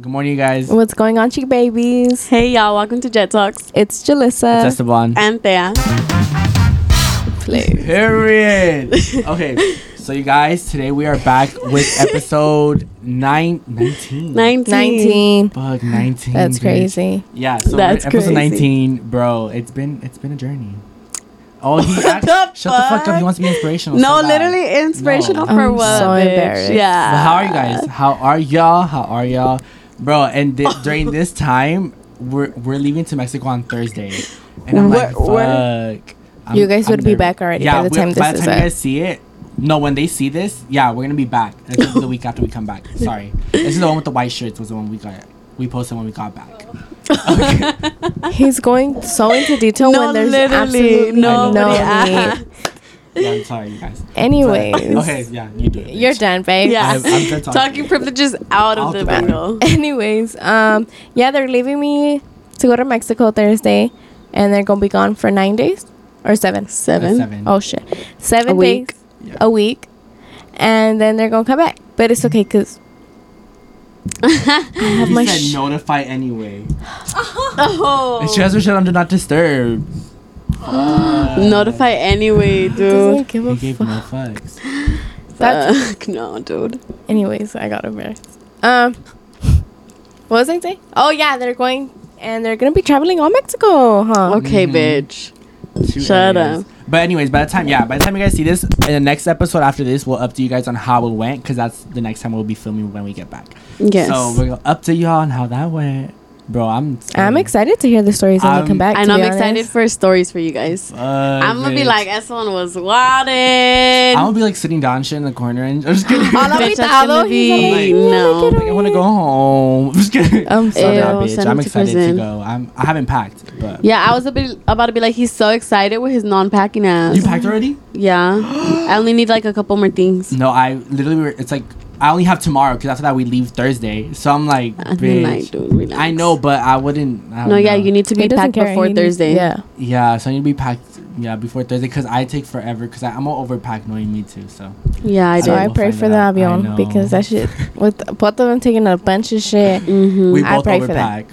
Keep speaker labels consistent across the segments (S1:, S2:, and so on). S1: Good morning, you guys. It's
S2: What's going on, cheek babies?
S3: Hey y'all, welcome to Jet Talks.
S2: It's Jalissa.
S1: Esteban.
S3: I'm Thea.
S2: Play.
S1: Period. Okay, so you guys, today we are back with episode nine, 19.
S3: 19.
S2: 19.
S1: Fuck, 19.
S2: That's
S1: bitch.
S2: crazy.
S1: Yeah, so
S3: That's
S1: we're episode
S3: crazy.
S1: 19, bro. It's been it's been a journey. Oh, he act-
S3: the
S1: shut the fuck up.
S3: fuck?
S1: He wants to be inspirational.
S3: No,
S1: so bad.
S3: literally inspirational
S1: No.
S3: for
S2: I'm
S3: what?
S2: so
S3: bitch?
S2: embarrassed.
S3: Yeah.
S1: But how are you
S2: Uh,
S1: guys? How are y'all? How are y'all, bro? And thi- during this time, we're we're leaving to Mexico on Thursday, and I'm like,
S3: We're- we're-
S1: fuck. I'm-
S2: You guys
S1: I'm
S2: would be
S1: nervous.
S2: back already by the
S1: we're-
S2: time
S1: by the
S2: this is
S1: time you
S2: up.
S1: guys see it. No, when they see this, yeah, we're gonna be back. And This is the week after we come back. Sorry, this is the one with the white shirts. Was the one we got. We posted when we got
S2: Oh.
S1: back.
S2: He's going so into detail
S3: No,
S2: when there's
S3: literally,
S2: absolutely no,
S3: nobody
S2: need.
S3: asked.
S1: Yeah, I'm sorry, you guys.
S2: Anyways,
S1: Okay, yeah, you do it.
S2: you're
S1: bitch.
S2: done, babe.
S3: Yeah.
S1: I'm- I'm done talking.
S3: Talking privileges out of
S1: Out the
S3: the
S1: back.
S3: window.
S2: Anyways, um, yeah, they're leaving me to go to Mexico Thursday, and they're gonna be gone for nine days or seven.
S3: Seven.
S1: Seven.
S2: Oh shit, seven days,
S3: A week.
S1: Yeah.
S2: a week, and then they're gonna come back. But it's okay, cause I have
S1: You
S2: my
S1: said
S2: sh-
S1: notify anyway.
S3: Oh.
S1: It's just shut on do not Uh, disturb. Fuck.
S3: Notify anyway, dude.
S2: doesn't give
S1: He
S2: a
S1: gave
S2: fuck.
S1: no fucks.
S2: That's-
S3: Fuck, no, dude.
S2: Anyways, I got embarrassed. Um, what was I saying? Oh yeah, they're going and they're gonna be traveling all Mexico, huh?
S3: Okay,
S1: Mhm.
S3: bitch.
S1: Two
S3: Shut
S1: areas.
S3: up.
S1: But anyways, by the time yeah, by the time you guys see this, in the next episode after this, we'll update you guys on how it went because that's the next time we'll be filming when we get back.
S3: Yes.
S1: So we're gonna update y'all on how that went, bro. I'm
S2: I'm excited to hear the stories when they
S1: Um,
S2: come back.
S3: and
S2: to
S3: I'm
S2: be
S3: excited
S2: honest.
S3: for stories for you guys. I'm gonna be like, S1 was wildin'.
S1: I'm gonna be like sitting down, shit in the corner, and I'm just kidding.
S2: All of
S3: Bitch,
S2: it,
S3: that's
S2: all
S3: gonna
S2: of it.
S3: be- no.
S1: Like, I want to go home. I'm just kidding.
S2: I'm
S1: so
S2: sorry.
S3: Ew,
S1: bad, bitch.
S3: send
S1: I'm
S3: him to
S1: excited to,
S3: prison.
S1: go. I'm I haven't packed, but
S3: Yeah, I was a bit about to be like, he's so excited with his non-packing ass.
S1: you packed already?
S3: yeah, I only need like a couple more things.
S1: No, I literally were, it's like I only have tomorrow because after that we leave Thursday. So I'm like,
S3: I mean, like,
S1: bitch.
S3: dude, relax.
S1: I know, but I wouldn't. I don't
S3: No, yeah,
S1: know.
S3: you need to
S2: He
S3: be
S2: doesn't
S3: packed
S2: care.
S3: before
S2: He needs-
S3: Thursday.
S2: Yeah.
S1: Yeah, so I need to be packed. Yeah, before Thursday because I take forever because I'm all overpacked knowing me too. So
S3: yeah, I
S1: I
S3: do.
S2: So
S1: know,
S2: I
S1: we'll
S2: pray
S1: find
S2: for the
S1: out. I know.
S2: avion because that shit with both of them taking a bunch of shit.
S3: hmm
S1: we
S2: Mm, I
S1: both
S2: pray for that.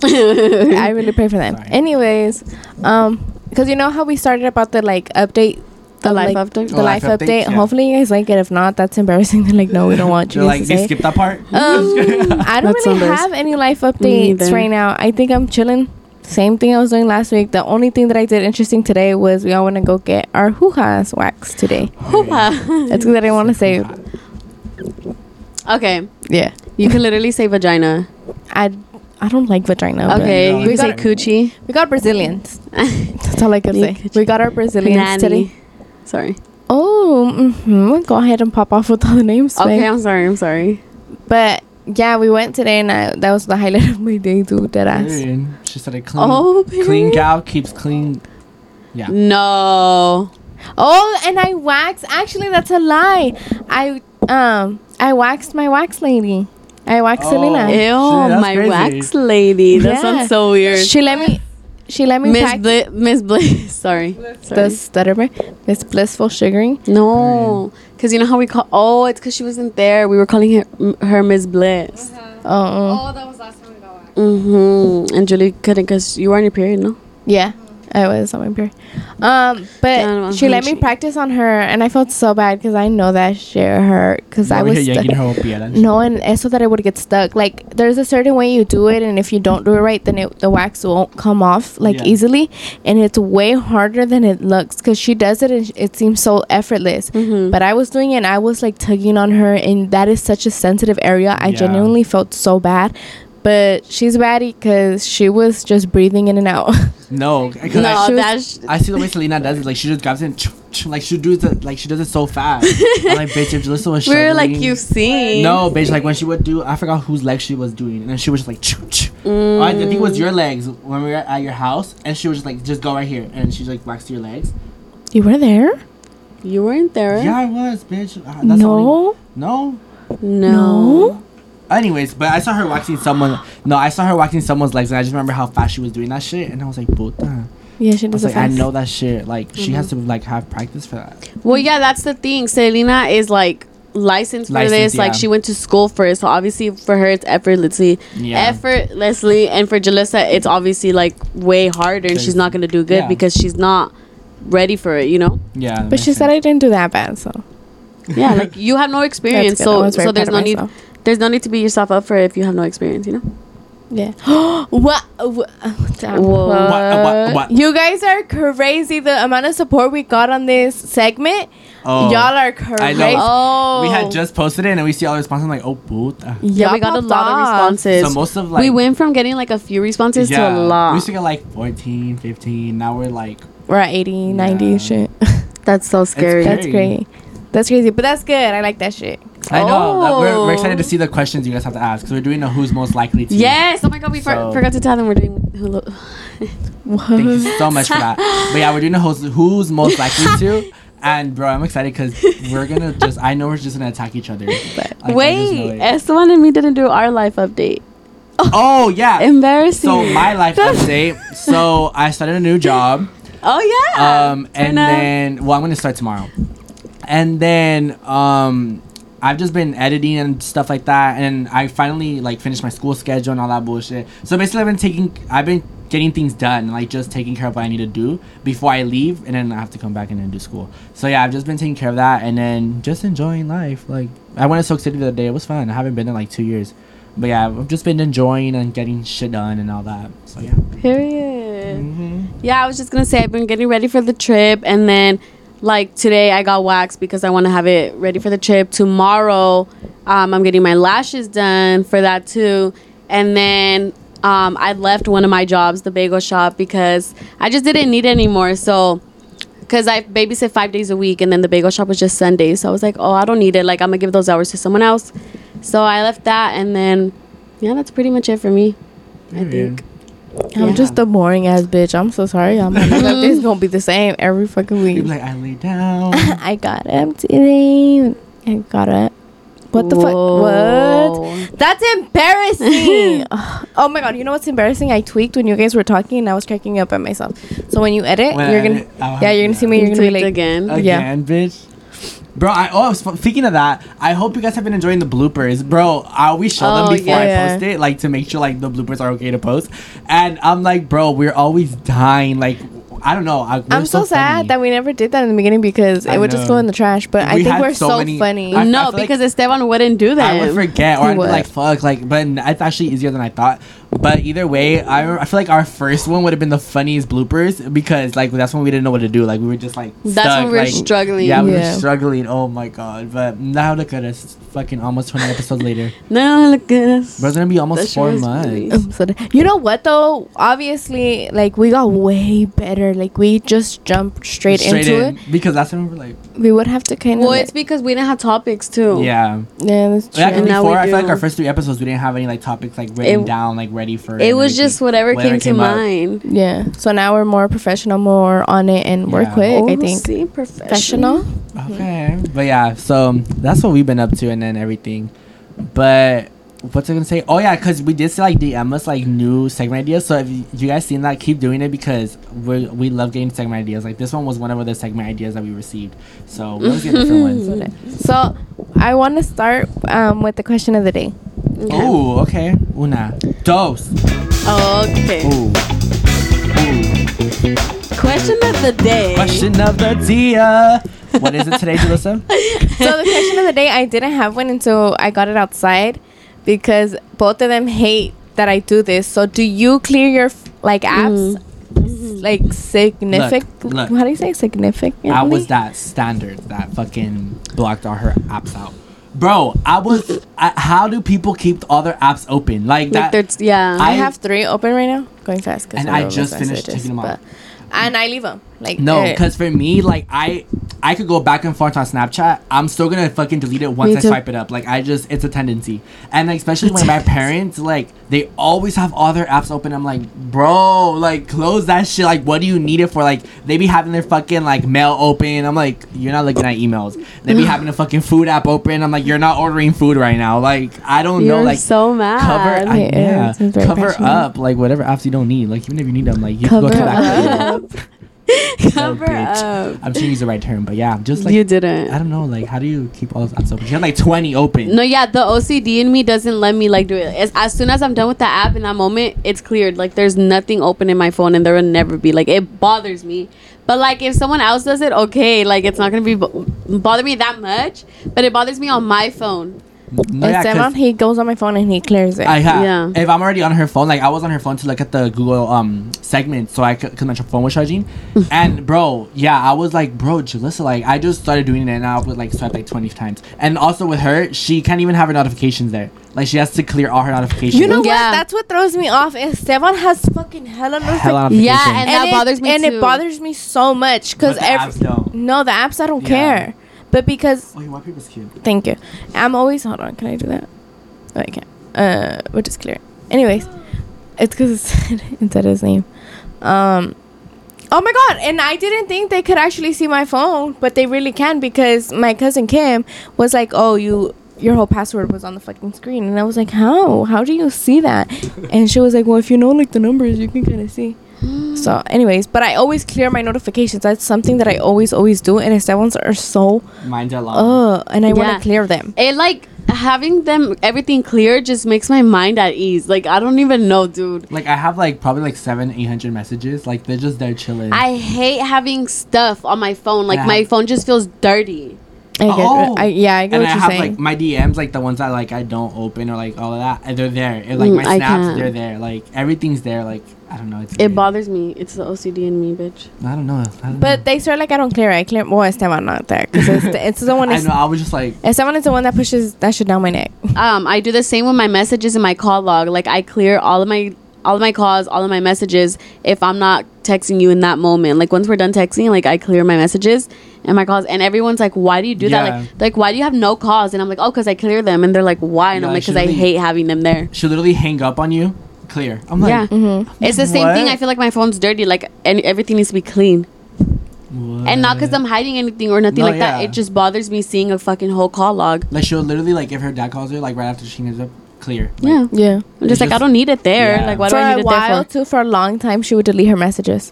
S1: overpack.
S2: I really pray for them.
S1: Sorry.
S2: Anyways, um, because you know how we started about the like update.
S3: The
S2: of,
S3: life
S2: like,
S3: update?
S2: The
S1: Oh,
S2: life,
S1: life
S2: update.
S1: update, yeah.
S2: Hopefully you guys like it. If not, that's embarrassing. They're like, no, we don't want you
S1: They're
S2: guys
S1: like,
S2: to
S1: they
S2: say.
S1: skip that part.
S2: Um, I don't
S3: That's
S2: really
S3: embarrassing.
S2: have any life
S3: Me
S2: updates
S3: neither.
S2: right now. I think I'm chilling. Same thing I was doing last week. The only thing that I did interesting today was we all went to go get our hoo-has waxed today. That's because oh, I didn't want to say.
S3: okay,
S2: Yeah,
S3: you can literally say vagina.
S2: I I don't like vagina. but-
S3: Okay,
S1: no,
S3: you can
S1: it's
S3: say
S1: not.
S3: coochie.
S2: we got Brazilians. That's all I can say.
S3: Look at
S2: We got our Brazilians
S3: Nanny.
S2: today.
S3: Sorry.
S2: Oh, hmm go ahead and pop off with all the names. babe.
S3: Okay, I'm sorry. I'm sorry.
S2: But yeah, we went today, and I, that was the highlight of my day, dude. That ass.
S1: Period. She said a clean,
S3: Oh,
S1: clean
S3: period.
S1: gal keeps clean. Yeah.
S3: No.
S2: Oh, and I waxed. Actually, that's a lie. I um, I waxed my wax lady. I waxed
S1: Oh.
S2: Selena.
S3: Ew,
S1: Shit, that's
S3: my
S1: crazy.
S3: wax lady. That
S2: Yeah.
S3: sounds so weird.
S2: She let me. She let me
S3: Miss
S2: pack
S3: Bli- Miss Bliss. Sorry.
S2: the
S3: sorry.
S2: stutterer. This blissful sugaring.
S3: No, because you know how we call. Oh, it's because she wasn't there. We were calling her, m- her Miss Bliss.
S2: Oh,
S4: Oh, that was last time we got waxed.
S3: Mm-hmm. And Julie couldn't because you were on your period, no?
S2: yeah. I was on my period. Um, but
S3: Down on
S2: she let me
S3: Hershey.
S2: practice on her, and I felt so bad because I know that shit hurt. Because I
S1: Over
S2: was
S1: here
S2: stu-
S1: yanking her opiate.
S2: No, and it's so that it would get stuck. Like there's a certain way you do it, and if you don't do it right, then it, the wax won't come off like
S1: Yeah.
S2: easily, and it's way harder than it looks. Cause she does it, and sh- it seems so effortless.
S3: Mm-hmm.
S2: But I was doing it, and I was like tugging on her, and that is such a sensitive area. I
S1: Yeah.
S2: genuinely felt so bad. But she's baddie because she was just breathing in and out.
S1: No, 'cause
S3: No,
S1: I-
S2: she was-
S3: that's.
S1: I see the way Selena does it. Like she just grabs it, and like she does it, like she does it so fast. I'm like, bitch, if Jalissa was
S3: we were like,
S1: struggling-
S3: you've seen.
S1: No, bitch. Like when she would do, I forgot whose leg she was doing, and then she was just like, choo, choo. Oh, I, I think it was your legs when we were at your house, and she was just like, just go right here, and she like waxed your legs.
S2: you were there?
S3: You weren't there?
S1: Yeah, I was, bitch. Uh, That's the only-
S2: No.
S1: no.
S3: No.
S1: Anyways, but I saw her waxing someone. No, I saw her waxing someone's legs, and I just remember how fast she was doing that shit, and I was like, puta.
S2: Yeah, she
S1: I was
S2: does
S1: like,
S2: it
S1: I
S2: fast.
S1: know
S2: Mm-hmm.
S1: that shit. Like she has to like have practice for that.
S3: Well, yeah, that's the thing. Selena is like licensed for
S1: Licensed,
S3: this. Like
S1: yeah.
S3: she went to school for it. So obviously for her it's effortlessly
S1: Yeah.
S3: effortlessly and for Jalissa it's obviously like way harder and
S1: Crazy.
S3: she's not gonna do good
S1: Yeah.
S3: because she's not ready for it, you know?
S1: Yeah.
S2: But she said I didn't do that bad, so
S3: Yeah, like you have no experience.
S2: that's good. I
S3: So
S2: was very
S3: so there's
S2: proud
S3: no
S2: of
S3: need
S2: myself.
S3: there's no need to beat yourself up for it if you have no experience, you know?
S2: Yeah. what? what- Damn.
S3: Whoa. What-
S1: what- what?
S2: You guys are crazy. The amount of support we got on this segment,
S1: Oh.
S2: y'all are crazy.
S1: I know.
S3: Oh
S1: We had just posted it and we see all the responses. I'm like, oh, puta.
S3: Yeah,
S2: Y'all
S3: we got a
S2: popped
S3: lot of
S2: off.
S3: responses.
S1: So most of like
S3: we went from getting like a few responses to a
S1: We
S3: lot.
S1: used to get like 14, 15. Now we're like
S2: We're at 80, 90
S1: Yeah.
S2: shit.
S3: That's so scary.
S1: crazy.
S2: that's great. That's crazy, but that's good. I like that shit.
S1: I know. that we're, we're excited to
S3: Oh.
S1: see the questions you guys have to ask because we're doing a who's most likely to.
S3: Yes. Oh my god, we for-
S1: So-
S3: forgot to tell them we're doing hula.
S1: Thank you so much for that. But yeah, we're doing a who's, who's most likely to. And bro, I'm excited because we're gonna just. I know we're just gonna attack each other. Like, I just know
S3: Wait,
S1: it.
S3: Esteban and me didn't do our life update.
S1: Oh yeah.
S3: Embarrassing.
S1: So my life
S3: That's-
S1: update. So I started a new job.
S3: oh yeah.
S1: um and
S3: Turn up.
S1: then well i'm gonna start tomorrow and then um i've just been editing and stuff like that and i finally like finished my school schedule and all that bullshit so basically i've been taking i've been getting things done like just taking care of what i need to do before i leave and then i have to come back and then do school so yeah i've just been taking care of that and then just enjoying life like i went to soak city the other day it was fun i haven't been in like two years but yeah i've just been enjoying and getting shit done and all that so yeah
S3: Period.
S1: mm-hmm.
S3: Yeah, I was just gonna say I've been getting ready for the trip, and then like today I got waxed because I want to have it ready for the trip. Tomorrow, um, I'm getting my lashes done for that too, and then um, I left one of my jobs, the bagel shop, because I just didn't need it anymore. So. Cause I babysit five days a week, and then the bagel shop was just Sundays. So I was like, "Oh, I don't need it. Like, I'm gonna give those hours to someone else." So I left that, and then, yeah, that's pretty much it for me. I think.
S2: I'm just a boring ass bitch. I'm so sorry. I'm like, this is gonna be the same every fucking week.
S1: People like I lay down.
S2: I got up today. I got up. What the fuck? What?
S3: Whoa.
S2: That's embarrassing. oh my god, you know what's embarrassing? I tweaked when you guys were talking and I was cracking up at myself. So when you edit,
S1: When I
S2: you're gonna
S1: edit, I'll
S2: Yeah,
S1: have-
S2: you're gonna see me, you're
S3: You
S2: gonna be
S3: tweaked
S2: like
S3: again.
S2: Yeah.
S1: again, bitch. Bro, I oh sp- speaking of that, I hope you guys have been enjoying the bloopers, bro. I always show
S3: Oh,
S1: them before
S2: yeah.
S1: I post it, like to make sure like the bloopers are okay to post. And I'm like, bro, we're always dying. Like, I don't know. I,
S2: I'm so, sad that we never did that in the beginning because it
S1: I
S2: would just go
S1: know.
S2: in the trash. But I
S1: We
S2: think
S1: had
S2: we're so,
S1: so many-
S2: funny.
S1: I-
S3: no,
S1: feel like-
S3: because Esteban wouldn't do that.
S1: I would forget, or
S2: You
S1: I'd be
S2: would.
S1: like, "Fuck!" Like, but n- it's actually easier than I thought. But either way, I, I feel like our first one would have been the funniest bloopers because like that's when we didn't know what to do. Like we were just like
S3: That's
S1: stuck,
S3: when we were
S1: like-
S3: struggling.
S1: Yeah, we
S2: Yeah.
S1: were struggling. Oh my god! But now look at us, fucking almost twenty episodes later.
S3: No, look at us.
S1: Bro, it's gonna be almost
S3: That shit
S1: four
S3: was
S1: months.
S3: really-
S2: Um, so th- you know what though? Obviously, like we got way better. Like we just jumped straight, into it.
S1: because that's when we were like,
S2: We would have to kind of
S3: Well, it's because we didn't have topics too.
S1: yeah.
S2: yeah, that's true.
S1: Like
S3: And Oh. now we
S1: before, I feel like
S3: do.
S1: our first three episodes we didn't have any like topics like written
S3: It-
S1: down, like ready for.
S3: It
S1: and
S3: was
S1: everything.
S3: just whatever, came, to
S1: up.
S3: mind.
S2: Yeah. So now we're more professional, more on it, and we're
S1: Yeah.
S2: quick. I
S3: Oh,
S2: think
S3: see, professional.
S2: professional.
S1: Okay, but yeah, so that's what we've been up to and then everything. But what's I gonna say? Oh yeah, because we did say like DM us like new segment ideas. So if y- you guys seen that, keep doing it because we we love getting segment ideas. Like this one was one of the segment ideas that we received. So we always get different ones.
S2: So I want to start um, with the question of the day.
S3: Okay.
S1: Ooh, okay. Una, dos.
S3: Okay.
S1: Ooh. Ooh.
S3: Question of the day.
S1: Question of the dia. What is it today, Jalissa?
S2: So the question of the day, I didn't have one until I got it outside because both of them hate that I do this. So do you clear your f- like apps? Mm-hmm. Like significant,
S1: look.
S2: how do you say significantly?
S1: I was that standard that fucking blocked all her apps out. Bro, I was. I, how do people keep all their apps open like
S3: Like
S1: that?
S3: there's, yeah.
S2: I
S1: I-
S2: have three open right now. Going fast, 'cause
S1: And
S2: no
S1: I
S2: one was
S1: just finished
S2: messages,
S1: taking them
S2: but-
S1: off.
S2: And I leave them like
S1: no,
S2: eh.
S1: because for me, like I, I could go back and forth on Snapchat. I'm still gonna fucking delete it once
S2: Me
S1: I
S2: too.
S1: swipe it up. Like I just, it's a tendency. And like, especially when my parents, like, they always have all their apps open. I'm like, bro, like, close that shit. Like, what do you need it for? Like, they be having their fucking like mail open. I'm like, you're not looking at emails. They be having a fucking food app open. I'm like, you're not ordering food right now. Like, I don't
S3: You're
S1: know. Like,
S3: so mad.
S1: cover, I,
S2: It
S1: yeah,
S2: is. It's very
S1: cover
S2: passionate.
S1: up like whatever apps you don't need. Like, even if you need them, like you can
S2: Cover
S1: go to that.
S2: up.
S3: Cover up.
S1: I'm sure you use the right term, but yeah, just like
S3: you didn't.
S1: I don't know, like how do you keep all those apps open? She had like 20 open.
S3: No, yeah, the OCD in me doesn't let me like do it. As, as soon as I'm done with the app in that moment, it's cleared. Like there's nothing open in my phone, and there will never be. Like it bothers me. But like if someone else does it, okay, like it's not gonna be bo- bother me that much. But it bothers me on my phone.
S1: No, yeah,
S2: Este
S1: 'cause
S2: man, he goes on my phone and he clears it.
S1: I ha-
S3: Yeah.
S1: If I'm already on her phone, like I was on her phone to look at the Google um segment, so I could because my phone was charging. and bro, yeah, I was like, bro, Jalissa, like I just started doing it, and I would like swipe like 20 times. And also with her, she can't even have her notifications there. Like she has to clear all her notifications.
S2: you know
S3: Yeah.
S2: what? That's what throws me off. Esteban has fucking hella notifications.
S1: Hell out of
S3: Yeah,
S1: vacation.
S3: and- that bothers me
S2: And
S3: too.
S2: it bothers me so much because
S1: But the apps don't.
S2: no, the apps I don't
S1: Yeah.
S2: care. But because
S1: oh, your wallpaper's cute.
S2: thank you, I'm always hold on. Can I do that? Oh, I can't. Uh, which is clear. Anyways, it's because it's it's at his name. Um, oh my god! And I didn't think they could actually see my phone, but they really can because my cousin Kim was like, "Oh, you." Your whole password was on the fucking screen, and I was like, "How? How do you see that?" And she was like, "Well, if you know like the numbers, you can kind of see." So, anyways, but I always clear my notifications. That's something that I always, always do. And it's that ones are so,
S1: Mine's a
S3: Oh,
S1: lot.
S2: uh, and I want
S3: Yeah.
S2: to clear them.
S3: It like having them everything clear just makes my mind at ease. Like I don't even know, dude.
S1: Like I have like probably like seven, eight hundred messages. Like they're just there chilling.
S3: I hate having stuff on my phone. Like
S1: Yeah.
S3: my phone just feels dirty.
S2: I get, I, yeah, I
S1: Oh. and
S2: get what
S1: I
S2: you're
S1: have
S2: saying.
S1: like my DMs, like the ones that like I don't open or like all of that. and They're there. And, like
S3: Mm,
S1: my
S3: I
S1: snaps,
S3: can't.
S1: they're there. Like everything's there. Like I don't know. It's
S3: It
S1: weird.
S3: bothers me. It's the OCD in me, bitch.
S1: I don't know. I don't
S2: but
S1: know.
S2: they sort of like I don't clear. it. I clear well, Esteban not there because it's, it's the one.
S1: I
S2: It's,
S1: know. I was just like,
S2: Esteban is the one that pushes that shit down my neck.
S3: um, I do the same with my messages and my call log. Like I clear all of my all of my calls, all of my messages if I'm not texting you in that moment. Like once we're done texting, like I clear my messages and my calls. And everyone's like, "Why do you do that?
S1: Yeah.
S3: Like, like why do you have no calls?" And I'm like, "Oh, because I clear them." And they're like, "Why?" And
S1: Yeah,
S3: I'm like, "Because
S1: I
S3: I
S1: shouldn't-
S3: hate having them there."
S1: she'll literally hang up on you. Clear. I'm like,
S3: yeah,
S2: Mm-hmm.
S3: it's the same thing.
S1: What?
S3: I feel like my phone's dirty. Like and everything needs to be clean, Mm-hmm. and not because
S1: what?
S3: I'm hiding anything or nothing
S1: Oh, No,
S3: like that.
S1: yeah.
S3: It just bothers me seeing a fucking whole call log.
S1: like she'll literally like if her dad calls her like right after she hangs up, clear. Like,
S3: yeah,
S2: Yeah.
S3: I'm just
S1: it's
S3: like I
S1: just-
S3: don't need it there.
S1: Yeah.
S3: Like why
S2: for
S3: do I need
S2: a
S3: it
S2: while
S3: there for?
S2: too, for a long time, she would delete her messages.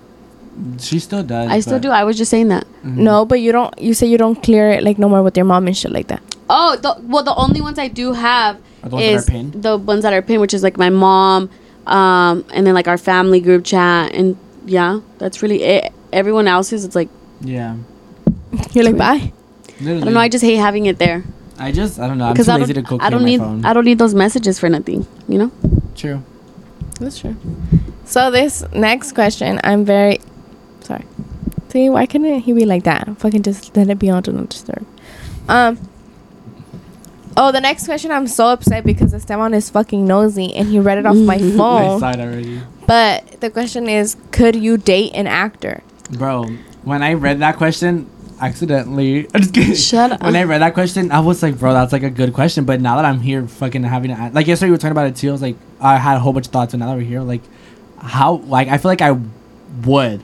S1: Mm. She still does.
S3: I still
S1: but- mm-hmm.
S3: do. I was just saying that.
S2: No, but you don't. You say you don't clear it like no more with your mom and shit like that.
S3: Oh, the, well, the only ones I do have
S1: Are the ones that
S3: is
S1: are pinned?
S3: the ones that are pinned, which is like my mom, um, and then like our family group chat, and yeah, that's really it. Everyone else's, it's like
S1: Yeah.
S2: You're like bye.
S1: Literally.
S3: I don't know. I just hate having it there
S1: I just I don't know. I'm
S3: because
S1: too
S3: I
S1: lazy to go
S3: don't, I
S1: clear
S3: don't
S1: my
S3: need
S1: phone.
S3: I don't need those messages for nothing. You know,
S1: True.
S2: That's true. So this next question, I'm very sorry. See, why couldn't he be like that? Fucking just let it be on do not disturb. Um. Oh, the next question, I'm so upset because Esteban is fucking nosy and he read it off my
S1: I
S2: phone.
S1: saw it already.
S2: But the question is, could you date an actor?
S1: Bro, when I read that question, accidentally. I'm just kidding.
S3: Shut up.
S1: When I read that question, I was like, bro, that's like a good question. But now that I'm here, fucking having to. Like yesterday, we were talking about it too. I was like, I had a whole bunch of thoughts, but now that we're here, like, how. Like, I feel like I would.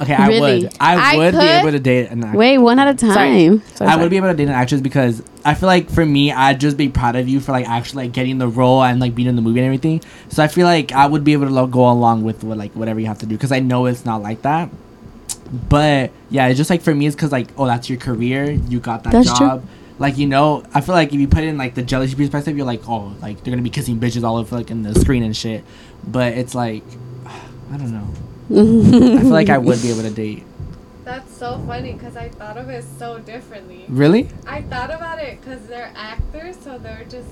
S1: Okay, I
S3: Really?
S1: would. I,
S2: I
S1: would be
S2: could-
S1: able to date an actor.
S3: wait, one at a time.
S2: Sorry,
S1: I
S2: sorry.
S1: would be able to date an actress because I feel like for me, I'd just be proud of you for like actually like getting the role and like being in the movie and everything. So I feel like I would be able to like, go along with what, like whatever you have to do because I know it's not like that. But yeah, it's just like for me, it's because like oh, that's your career, you got that
S3: That's true.
S1: job. Like you know, I feel like if you put in like the jealousy perspective, you're like oh, like they're gonna be kissing bitches all over like in the screen and shit. But it's like I don't know. I feel like I would be able to date.
S4: That's so funny because I thought of it so differently.
S1: Really?
S4: I thought about it because they're actors, so they're just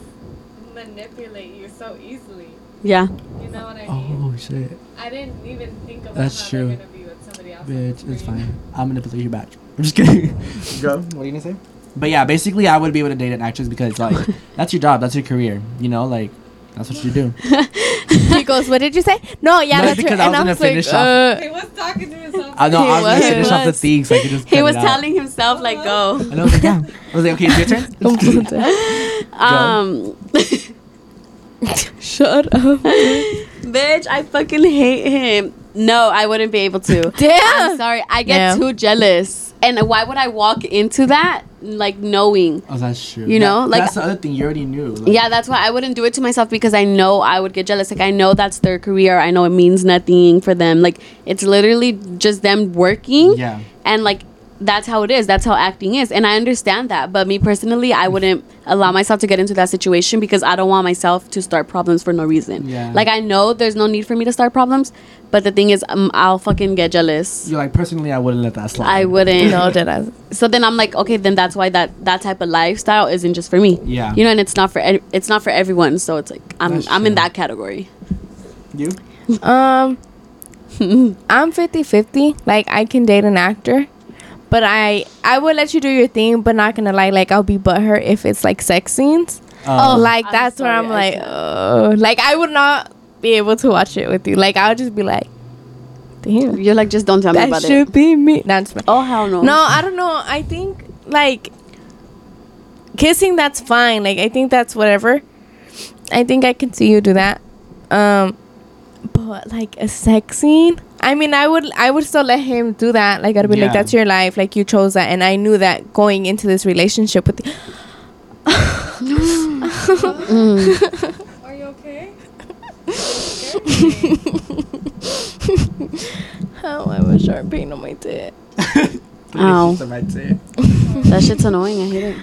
S4: manipulate you so easily.
S3: Yeah,
S4: You know what I mean?
S1: Oh shit.
S4: I didn't even think about
S1: That's
S4: how
S1: true.
S4: they're gonna be with somebody else. on the
S1: Bitch, it's
S4: screen.
S1: fine. I'm gonna play you back. I'm just kidding. Go. What are you gonna say? But yeah, basically, I would be able to date an actress because like that's your job, that's your career. You know, like that's what you do.
S2: he goes, "What did you say?" No, yeah,
S1: No,
S2: that's
S1: because
S2: true.
S1: I
S2: And
S1: was gonna
S2: was
S1: finish
S2: like,
S1: off-
S2: uh,
S4: He was talking to himself.
S1: I know.
S2: He
S1: I was gonna
S2: was-
S1: finish off the
S3: was.
S1: things. I could just.
S3: he
S1: cut
S3: was
S1: it out.
S3: telling himself like go.
S1: And I was like, yeah. I was like, okay, it's your turn.
S3: Um,
S2: Shut up.
S3: bitch, I fucking hate him. No, I wouldn't be able to.
S2: Damn.
S3: I'm sorry. I get
S2: Yeah.
S3: too jealous. And why would I walk into that? like knowing.
S1: Oh, that's true.
S3: You know, like-
S1: that's the other thing you already knew. like-
S3: Yeah, that's why I wouldn't do it to myself because I know I would get jealous. Like I know that's their career. I know it means nothing for them. Like it's literally just them working.
S1: Yeah.
S3: And like that's how it is. That's how acting is. And I understand that. But me personally, I wouldn't allow myself to get into that situation because I don't want myself to start problems for no reason.
S1: Yeah.
S3: Like I know there's no need for me to start problems, but the thing is um, I'll fucking get jealous.
S1: You're like personally, I wouldn't let that slide.
S3: I wouldn't
S2: no, did I?
S3: so then I'm like, okay, then that's why that that type of lifestyle isn't just for me.
S1: Yeah.
S3: You know, and it's not for e- it's not for everyone. So it's like I'm
S1: That's
S3: I'm in
S1: true.
S3: that category.
S1: You?
S2: Um, I'm 50-50. Like I can date an actor, but I I would let you do your thing. But not gonna lie, like I'll be butthurt if it's like sex scenes.
S1: Oh,
S2: like
S3: I'm
S2: that's where
S3: sorry,
S2: I'm
S3: I
S2: like,
S3: can't.
S2: oh, like I would not be able to watch it with you. Like I would just be like, damn,
S3: You're like, just don't tell me
S2: that
S3: about
S2: should
S3: it.
S2: be me. Not just
S3: Oh hell no.
S2: No, I don't know. I think like kissing that's fine. Like I think that's whatever. I think I can see you do that. Um but like a sex scene? I mean I would I would still let him do that. Like I'd be
S1: Yeah.
S2: like, That's your life, like you chose that and I knew that going into this relationship with you.
S3: Mm.
S4: Are you okay?
S2: Oh, I have a sharp pain on my tit.
S3: Ow.
S1: That's what I'd say.
S3: That shit's annoying. I hate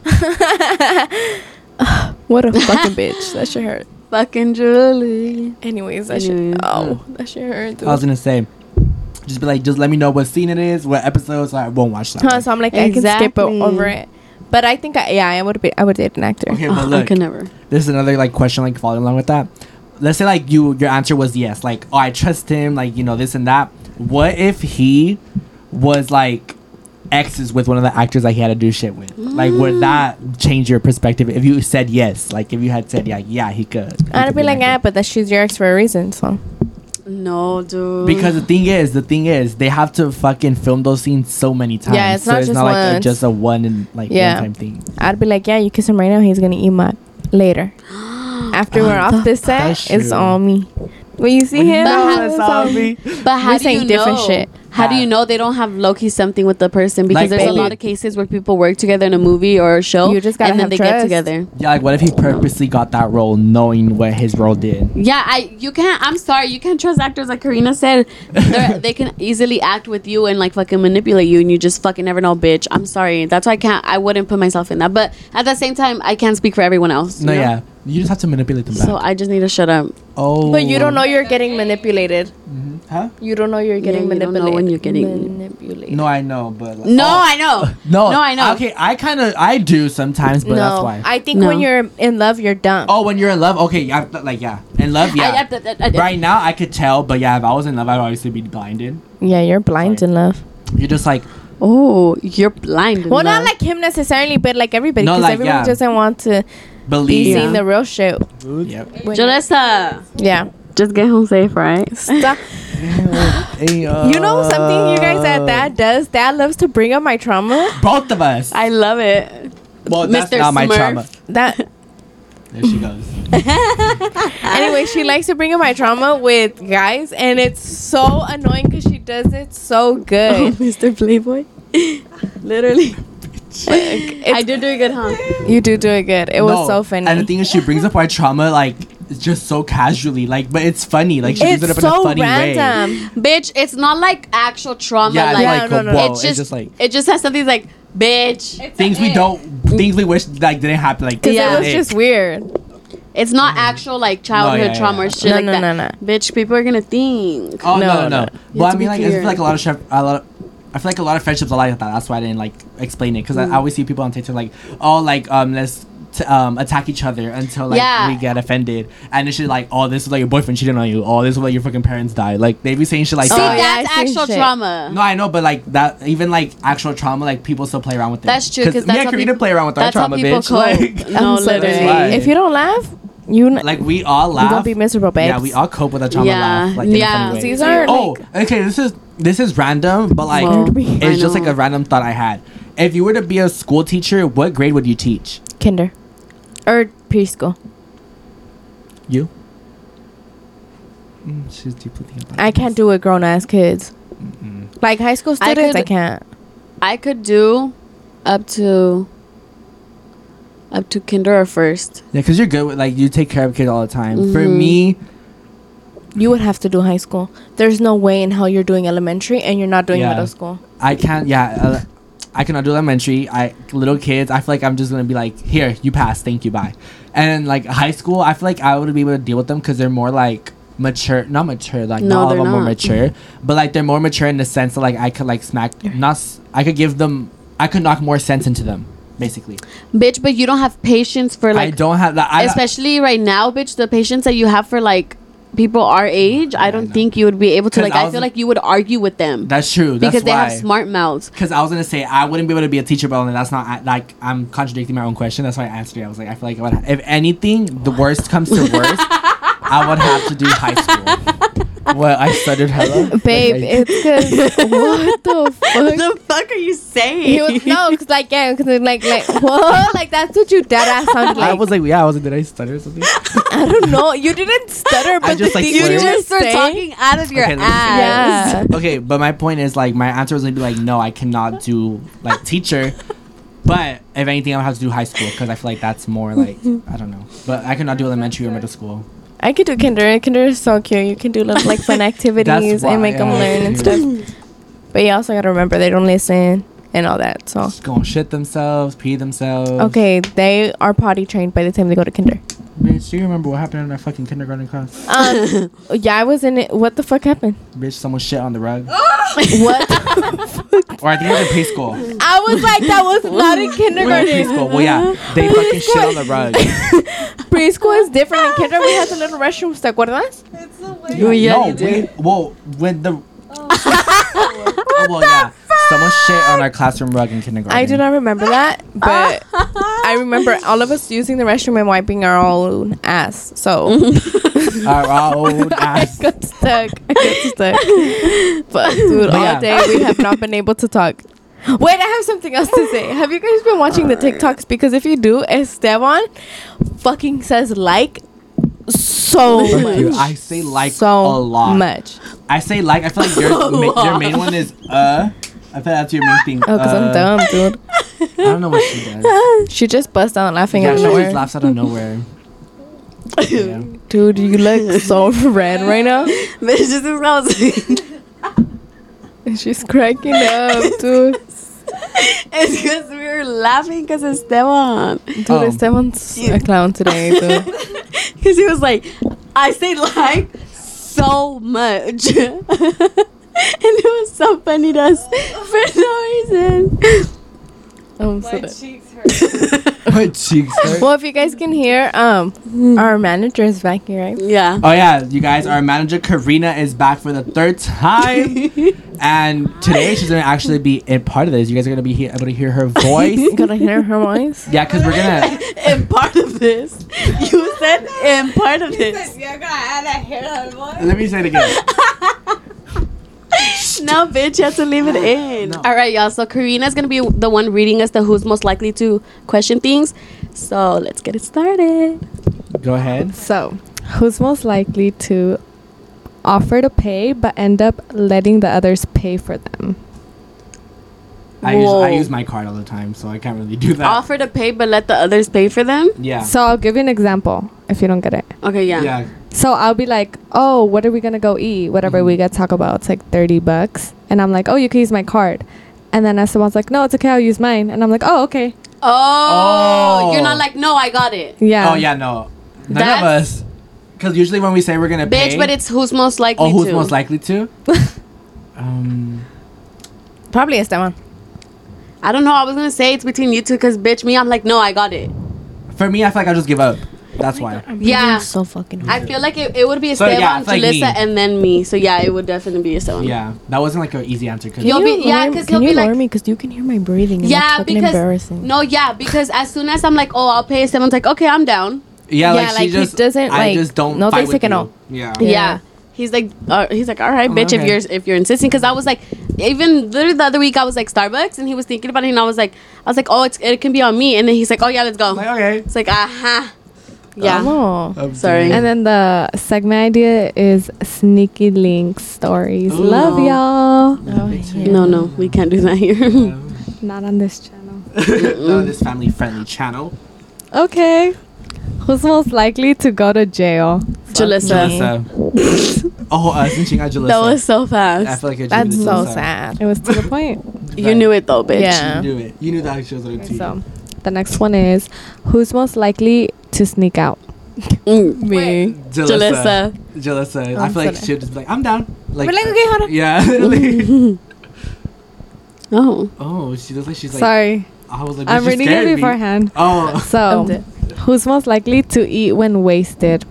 S3: it.
S2: What a fucking bitch. That should hurt.
S3: Fucking Julie.
S2: Anyways, that
S3: Anyways.
S2: should oh that should hurt.
S1: I was gonna say, just be like, just let me know what scene it is, what episode, so I won't watch that.
S2: Huh, so I'm like, I can skip
S3: Exactly.
S2: o- over it. But I think, I, yeah, I would be, I would date an actor.
S1: okay,
S3: Oh,
S1: but
S3: I
S1: look,
S3: could never.
S1: there's another like question like following along with that. Let's say like you, your answer was yes, like oh I trust him, like you know this and that. What if he was like exes with one of the actors like he had to do shit with? Like
S2: Mm.
S1: would that change your perspective if you said yes? Like if you had said yeah, yeah he could. he
S2: I'd
S1: could
S2: be like,
S1: an actor."
S2: yeah, but that she's your ex for a reason. So
S3: No, dude.
S1: Because the thing is, the thing is, they have to fucking film those scenes so many times.
S2: Yeah, it's
S1: so
S2: not
S1: it's
S2: just
S1: not like a,
S2: once.
S1: just a one and like
S2: Yeah.
S1: one time thing.
S2: I'd be like, yeah, you kiss him right now. He's gonna eat my later. After we're off this set,
S1: That's
S2: it's
S1: true.
S2: all me. When you see him, oh,
S3: But how-
S2: it's
S1: it's
S2: all
S1: all
S2: me.
S1: me.
S3: But how
S2: We're
S3: do
S2: saying
S3: you
S2: different
S3: know?
S2: shit.
S3: How do you know they don't have low key something with the person? Because
S1: Like
S3: there's a
S1: Bailey.
S3: lot of cases where people work together in a movie or a show,
S2: You just gotta
S3: and then
S2: have
S3: they get
S2: trust.
S3: together.
S1: Yeah, like what if he purposely got that role knowing what his role did?
S3: Yeah, I you can't. I'm sorry, you can't trust actors. Like Karina said, They're- they can easily act with you and like fucking manipulate you, and you just fucking never know, bitch. I'm sorry. That's why I can't. I wouldn't put myself in that. But at the same time, I can't speak for everyone else. you
S1: No,
S3: know?
S1: yeah, you just have to manipulate them back.
S3: So I just need to shut up.
S1: oh,
S2: But you don't know you're getting manipulated.
S1: Huh?
S2: You don't know you're getting
S3: you don't
S2: manipulated.
S3: know when you're getting-
S2: manipulated.
S1: No, I know, but like,
S3: No,
S1: oh,
S3: I know.
S1: no,
S3: no, I know.
S1: Okay, I kind of I do sometimes, but that's
S2: no,
S1: why.
S2: I think
S3: No.
S2: when you're in love, you're dumb.
S1: oh, when you're in love, okay, yeah, like yeah, in love, yeah.
S3: I- I- I- I-
S1: right now, I could tell, but yeah, if I was in love, I'd obviously be blinded.
S2: Yeah, you're blind
S1: Sorry.
S2: in love.
S1: You're just like
S3: Oh, you're blind. in
S2: Well, not
S3: love.
S2: like him necessarily, but like everybody,
S1: No,
S2: because
S1: like,
S2: everyone
S1: yeah.
S2: doesn't want to be
S1: believe.
S3: Yeah.
S2: seeing the real shit.
S1: Yep.
S3: Jalissa.
S2: Yeah.
S3: Just get home safe, right?
S2: Stop. You know something you guys that
S1: Oh.
S2: dad does? Dad loves to bring up my trauma.
S1: Both of us.
S3: I love it.
S1: well, that's
S3: Mr.
S1: not my
S3: Smurf.
S1: trauma.
S2: That
S1: There she goes.
S2: anyway, she likes to bring up my trauma with guys, and it's so annoying because she does it so good.
S3: Mr. Oh, Playboy. Literally,
S2: It's-
S3: I did do a good huh?
S2: you do do it good. It was
S1: Oh No,
S2: so funny.
S1: And the thing is, she brings up our trauma like just so casually, like, but it's funny. Like she brings it up
S2: it's
S1: in a
S2: so
S1: funny way.
S2: random.
S3: Bitch, it's not like actual trauma.
S1: Yeah, it's
S3: like,
S1: like,
S2: no, no, no.
S1: whoa,
S3: it's just,
S1: like
S3: it just has something like bitch.
S4: It's a
S1: things we
S4: it.
S1: don't, things we wish like didn't happen. Like
S2: Because
S3: Yeah.
S2: it was just weird.
S3: It's not actual like childhood
S1: Mm-hmm. No, yeah,
S3: trauma
S1: yeah.
S3: or shit
S2: No,
S3: like
S2: no, no,
S3: that. Bitch, people are gonna think.
S1: Oh
S2: No,
S1: no, no.
S2: no.
S1: no.
S3: You have
S1: But
S3: to
S1: I
S3: be
S1: mean, like, I
S3: clear.
S1: feel like a lot of chef, a lot. Of, I feel like a lot of friendships are like that. That's why I didn't like explain it because
S3: Mm.
S1: I always see people on TikTok like, oh, like um, let's t- um attack each other until like
S3: Yeah.
S1: we get offended, and it's just like, oh, this is like your boyfriend cheating on you. Oh, this is what your fucking parents died. Like they be saying shit like
S3: See,
S2: yeah,
S1: that.
S3: that's
S2: I see
S3: actual
S2: shit.
S3: trauma.
S1: No, I know, but like that, even like actual trauma, like people still play around with it.
S3: That's true, 'cause that's
S1: me and
S3: how people-
S1: Karina play around with our
S3: that's how
S1: trauma,
S3: people
S1: bitch. Like,
S3: cope. No,
S2: I'm so
S3: literally.
S1: Why?
S2: dead. If you don't laugh, you n-
S1: like we all
S2: you
S1: laugh.
S2: gonna be miserable, babe.
S1: Yeah, we all cope with our trauma.
S3: Yeah.
S1: laugh, like, in a
S3: Yeah.
S1: funny way.
S2: These are
S1: Oh,
S2: like,
S1: okay. This is this is random, but like
S3: Well, I
S1: it's just like
S3: know.
S1: a random thought I had. If you were to be a school teacher, what grade would you teach?
S2: kinder or preschool.
S1: You. Mm, she's deeply thinking about
S2: I can't do it, grown ass kids. Like high school
S3: I
S2: students, I,
S3: could-
S2: can't.
S3: I could do up to up to kinder or first.
S1: Yeah, because you're good with like you take care of kids all the time. For
S2: Mm-hmm.
S1: me,
S2: You would have to do high school. There's no way in hell you're doing elementary and you're not doing
S1: Yeah.
S2: middle school.
S1: I can't. Yeah, uh, I cannot do elementary. I little kids. I feel like I'm just gonna be like, here, you pass, thank you, bye. And like high school, I feel like I would be able to deal with them because they're more like mature, not mature. Like
S3: No,
S1: not all of
S3: they're
S1: them are
S3: not.
S1: mature, but like they're more mature in the sense that like I could like smack, not s- I could give them, I could knock more sense into them, basically.
S3: Bitch, but you don't have patience for
S1: I
S3: like
S1: don't have that. I,
S3: especially right now, bitch, the patience that you have for like people our age, I don't think you would be able to
S1: 'Cause
S3: like
S1: I
S3: I,
S1: was-
S3: feel like you would argue with them.
S1: That's true. That's
S3: because they
S1: why.
S3: have smart mouths.
S1: Because I was gonna say I wouldn't be able to be a teacher, but then that's not I- like I'm contradicting my own question. That's why I answered it. I was like, I feel like I would- if anything, the worst comes to worst, I would have to do high school. well, I studied hello,
S2: Babe,
S1: Like, I-
S2: it's because what the fuck?
S3: the fuck are you saying?
S2: He was no, 'cause, like yeah, 'cause, like like what? Like that's what you dead ass sounded like.
S1: I was like, yeah, I was like, did I stutter or something?
S2: I don't know. You didn't stutter, but
S1: just,
S2: the
S1: like,
S2: things
S1: slurred.
S2: you
S1: You
S2: just were talking.
S3: out of
S1: Okay, let me see.
S2: Yeah.
S1: okay, but my point is like my answer was gonna be like, no, I cannot do like teacher. But if anything, I would have to do high school because I feel like that's more like I don't know. But I could not do elementary or middle school.
S2: I could do kinder. Kinder is so cute. You can do little like fun activities
S1: why
S2: and make them
S1: I
S2: learn and
S1: do it.
S2: stuff. But you also gotta remember they don't listen and all that. So
S1: Just gonna shit themselves, pee themselves.
S2: okay, they are potty trained by the time they go to kinder.
S1: Bitch, do you remember what happened in that fucking kindergarten class?
S2: Um, yeah, I was in it. What the fuck happened?
S1: Bitch, someone shit on the rug.
S2: What?
S1: or I think it was in preschool.
S2: I was like, that was not in
S1: We were in
S2: kindergarten.
S1: preschool. Well, yeah, they fucking shit on the rug.
S2: Preschool is different. In kinder, we had the little restrooms. ¿Te acuerdas?
S4: It's the way.
S3: You- yeah,
S1: no,
S3: you
S1: we,
S3: did.
S1: well, when the
S4: Oh,
S1: oh, well, yeah, someone shit on our classroom rug in kindergarten.
S2: I do not remember that, but I remember all of us using the restroom and wiping our own ass. So
S1: Our old
S2: I
S1: ass.
S2: got stuck. I got stuck. But dude,
S1: But
S2: all
S1: yeah.
S2: day we have not been able to talk. Wait, I have something else to say. Have you guys been watching the TikToks? Because if you do, Esteban fucking says like so
S1: Fuck you.
S2: much.
S1: I say like
S2: so
S1: a lot.
S2: much.
S1: I say like. I feel like your ma- your main one is uh. I feel that's your main thing.
S2: Oh, because
S1: uh,
S2: I'm dumb, dude.
S1: I don't know what she does.
S2: She just bust out laughing
S1: Yeah,
S2: at
S1: she
S2: nowhere.
S1: always laughs out of nowhere. Yeah.
S2: Dude, you look so red right now.
S3: Bitch, this is how it's
S2: She's cracking up, dude.
S3: because we were laughing because Esteban.
S2: Dude,
S1: Oh.
S2: Esteban's a clown today, dude.
S3: Because he was like, I say like so much. and it was so funny to us for no reason.
S2: I'm
S4: my
S2: so dead.
S4: cheeks hurt.
S1: My cheeks. hurt.
S2: Well, if you guys can hear, um, our manager is back here, right?
S3: Yeah.
S1: Oh yeah, you guys, our manager Karina is back for the third time. and today she's gonna actually be a part of this. You guys are gonna be he- able to hear her voice.
S2: You gonna hear her voice?
S1: yeah, because we're gonna
S3: and part of this, you said, and part of this.
S4: You're gonna add a hair on one.
S1: let me say it again.
S3: No, bitch, you have to leave it in.
S1: No.
S3: All right, y'all. So Karina's gonna be the one reading us the who's most likely to question things. So let's get it started.
S1: Go ahead.
S5: So, who's most likely to offer to pay but end up letting the others pay for them?
S1: I use, I
S3: Whoa.
S1: use my card all the time, so I can't really do that.
S3: Offer to pay, but let the others pay for them.
S1: yeah.
S5: So, I'll give you an example if you don't get it.
S3: Okay, yeah.
S1: yeah.
S5: So, I'll be like, "Oh, what are we going to go eat? Whatever
S2: Mm-hmm.
S5: we got Taco Bell, it's like 30 bucks." And I'm like, "Oh, you can use my card." And then someone's like, "No, it's okay. I'll use mine." And I'm like, "Oh, okay."
S3: Oh,
S1: Oh.
S3: you're not like no, I got it,
S5: Yeah.
S1: Oh yeah, no. None of
S3: That's-
S1: us. Because usually when we say we're gonna
S3: bitch.
S1: pay,
S3: But it's who's most likely.
S1: oh, who's
S3: to.
S1: most likely to? um,
S2: Probably Esteban.
S3: I don't know. I was gonna say it's between you two, cause bitch, me, I'm like no, I got it.
S1: for me, I feel like I just give up. That's
S3: Oh
S1: why.
S3: Yeah.
S2: so fucking hard.
S3: I feel like it, it would be
S1: So, yeah,
S3: Esteban,
S1: it's like me.
S3: Julissa, and then me. So yeah, it would definitely be Esteban.
S1: Yeah, that wasn't like an easy answer. Cause
S3: Yo, You'll be- yeah, 'cause
S2: can
S3: he'll
S2: you
S3: be like-
S2: lower me? Because you can hear my breathing. And that's
S3: Yeah,
S2: fucking
S3: because
S2: embarrassing.
S3: no, yeah, because as soon as I'm like, oh, I'll pay Esteban's like, okay, I'm down.
S1: yeah, like, she
S2: like, he
S1: just
S2: doesn't,
S1: I
S2: like-
S1: just don't.
S2: no,
S1: fight
S2: they
S1: with
S2: take it
S1: you.
S2: all.
S1: Yeah.
S3: Yeah.
S2: Yeah.
S3: He's like, uh, he's like, all right,
S1: Oh,
S3: bitch. If
S1: okay.
S3: you're if you're insisting, because I was like, even literally the other week I was like Starbucks, and he was thinking about it, and I was like, I was like, oh, it's, it can be on me, and then he's like, oh yeah, let's go.
S1: Like, okay.
S3: It's like, aha, yeah.
S2: Oh.
S3: Sorry.
S5: And then the segment idea is sneaky link stories.
S1: Ooh.
S5: Love
S3: No.
S5: y'all.
S3: No, no, we can't do that here.
S5: Not on this channel.
S1: no, this family friendly channel.
S5: Okay. Who's most likely to go to jail?
S3: Jalissa.
S1: Jalissa. oh, uh, cinching at Jalissa.
S3: That was so
S1: I
S3: fast.
S1: feel like I just
S2: That's
S1: did
S2: so
S1: Jalissa.
S2: sad.
S5: It was to the point.
S3: You knew it though, bitch.
S2: Yeah.
S1: You knew it. You knew that she was going to teeth.
S5: so, the next one is who's most likely to sneak out?
S3: Mm.
S2: Me.
S1: Jalissa.
S3: Jalissa.
S1: Jalissa. I feel like
S2: Jalissa.
S1: she'll just be like, I'm down. Like, uh,
S2: We're like, okay, hold on.
S1: Yeah. like,
S3: Oh.
S1: oh, she looks like she's like.
S5: Sorry,
S1: I was like,
S5: I'm
S1: she
S5: reading
S1: scared
S5: it
S1: me.
S5: beforehand.
S1: Oh,
S5: So, who's most likely to eat when wasted?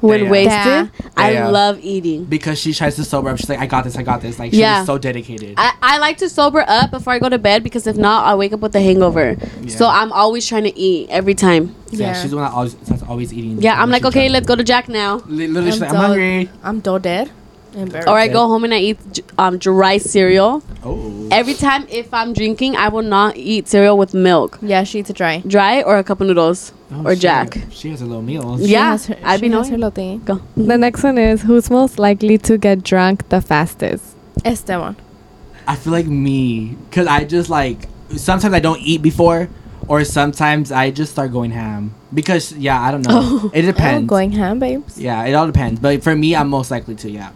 S3: When
S1: Damn.
S3: wasted,
S2: Damn.
S3: I
S1: Damn.
S3: love eating.
S1: because she tries to sober up. She's like, I got this. I got this. Like, she's
S3: Yeah.
S1: so dedicated.
S3: I, I like to sober up before I go to bed because if not, I wake up with a hangover. So
S1: Yeah.
S3: I'm always trying to eat every time.
S1: yeah.
S2: Yeah.
S1: she's the one that always, that's always eating.
S3: Yeah, I'm
S1: She
S3: like, okay,
S1: tries-
S3: let's go to Jack now.
S1: Li- Literally, she's
S2: I'm
S1: like, I'm
S2: done.
S1: hungry.
S2: I'm do dead. Embarrassed.
S3: Or I go home and I eat j- um, dry cereal.
S1: Oh.
S3: Every time if I'm drinking, I will not eat cereal with milk.
S2: Yeah, she eats a dry.
S3: Dry or a cup of noodles
S1: Oh,
S3: or
S1: she-
S3: Jack.
S1: She has a little meal.
S3: Yeah.
S2: She has her,
S3: I'd
S2: she
S3: be
S2: has her
S3: knowing.
S2: little thing.
S3: Go.
S5: The next one is who's most likely to get drunk the fastest?
S2: Esteban.
S1: I feel like me, cause I just like sometimes I don't eat before, or sometimes I just start going ham because yeah, I don't know. It
S2: Oh,
S1: depends.
S2: going ham, babes.
S1: yeah, it all depends. But for me, I'm most likely to yeah.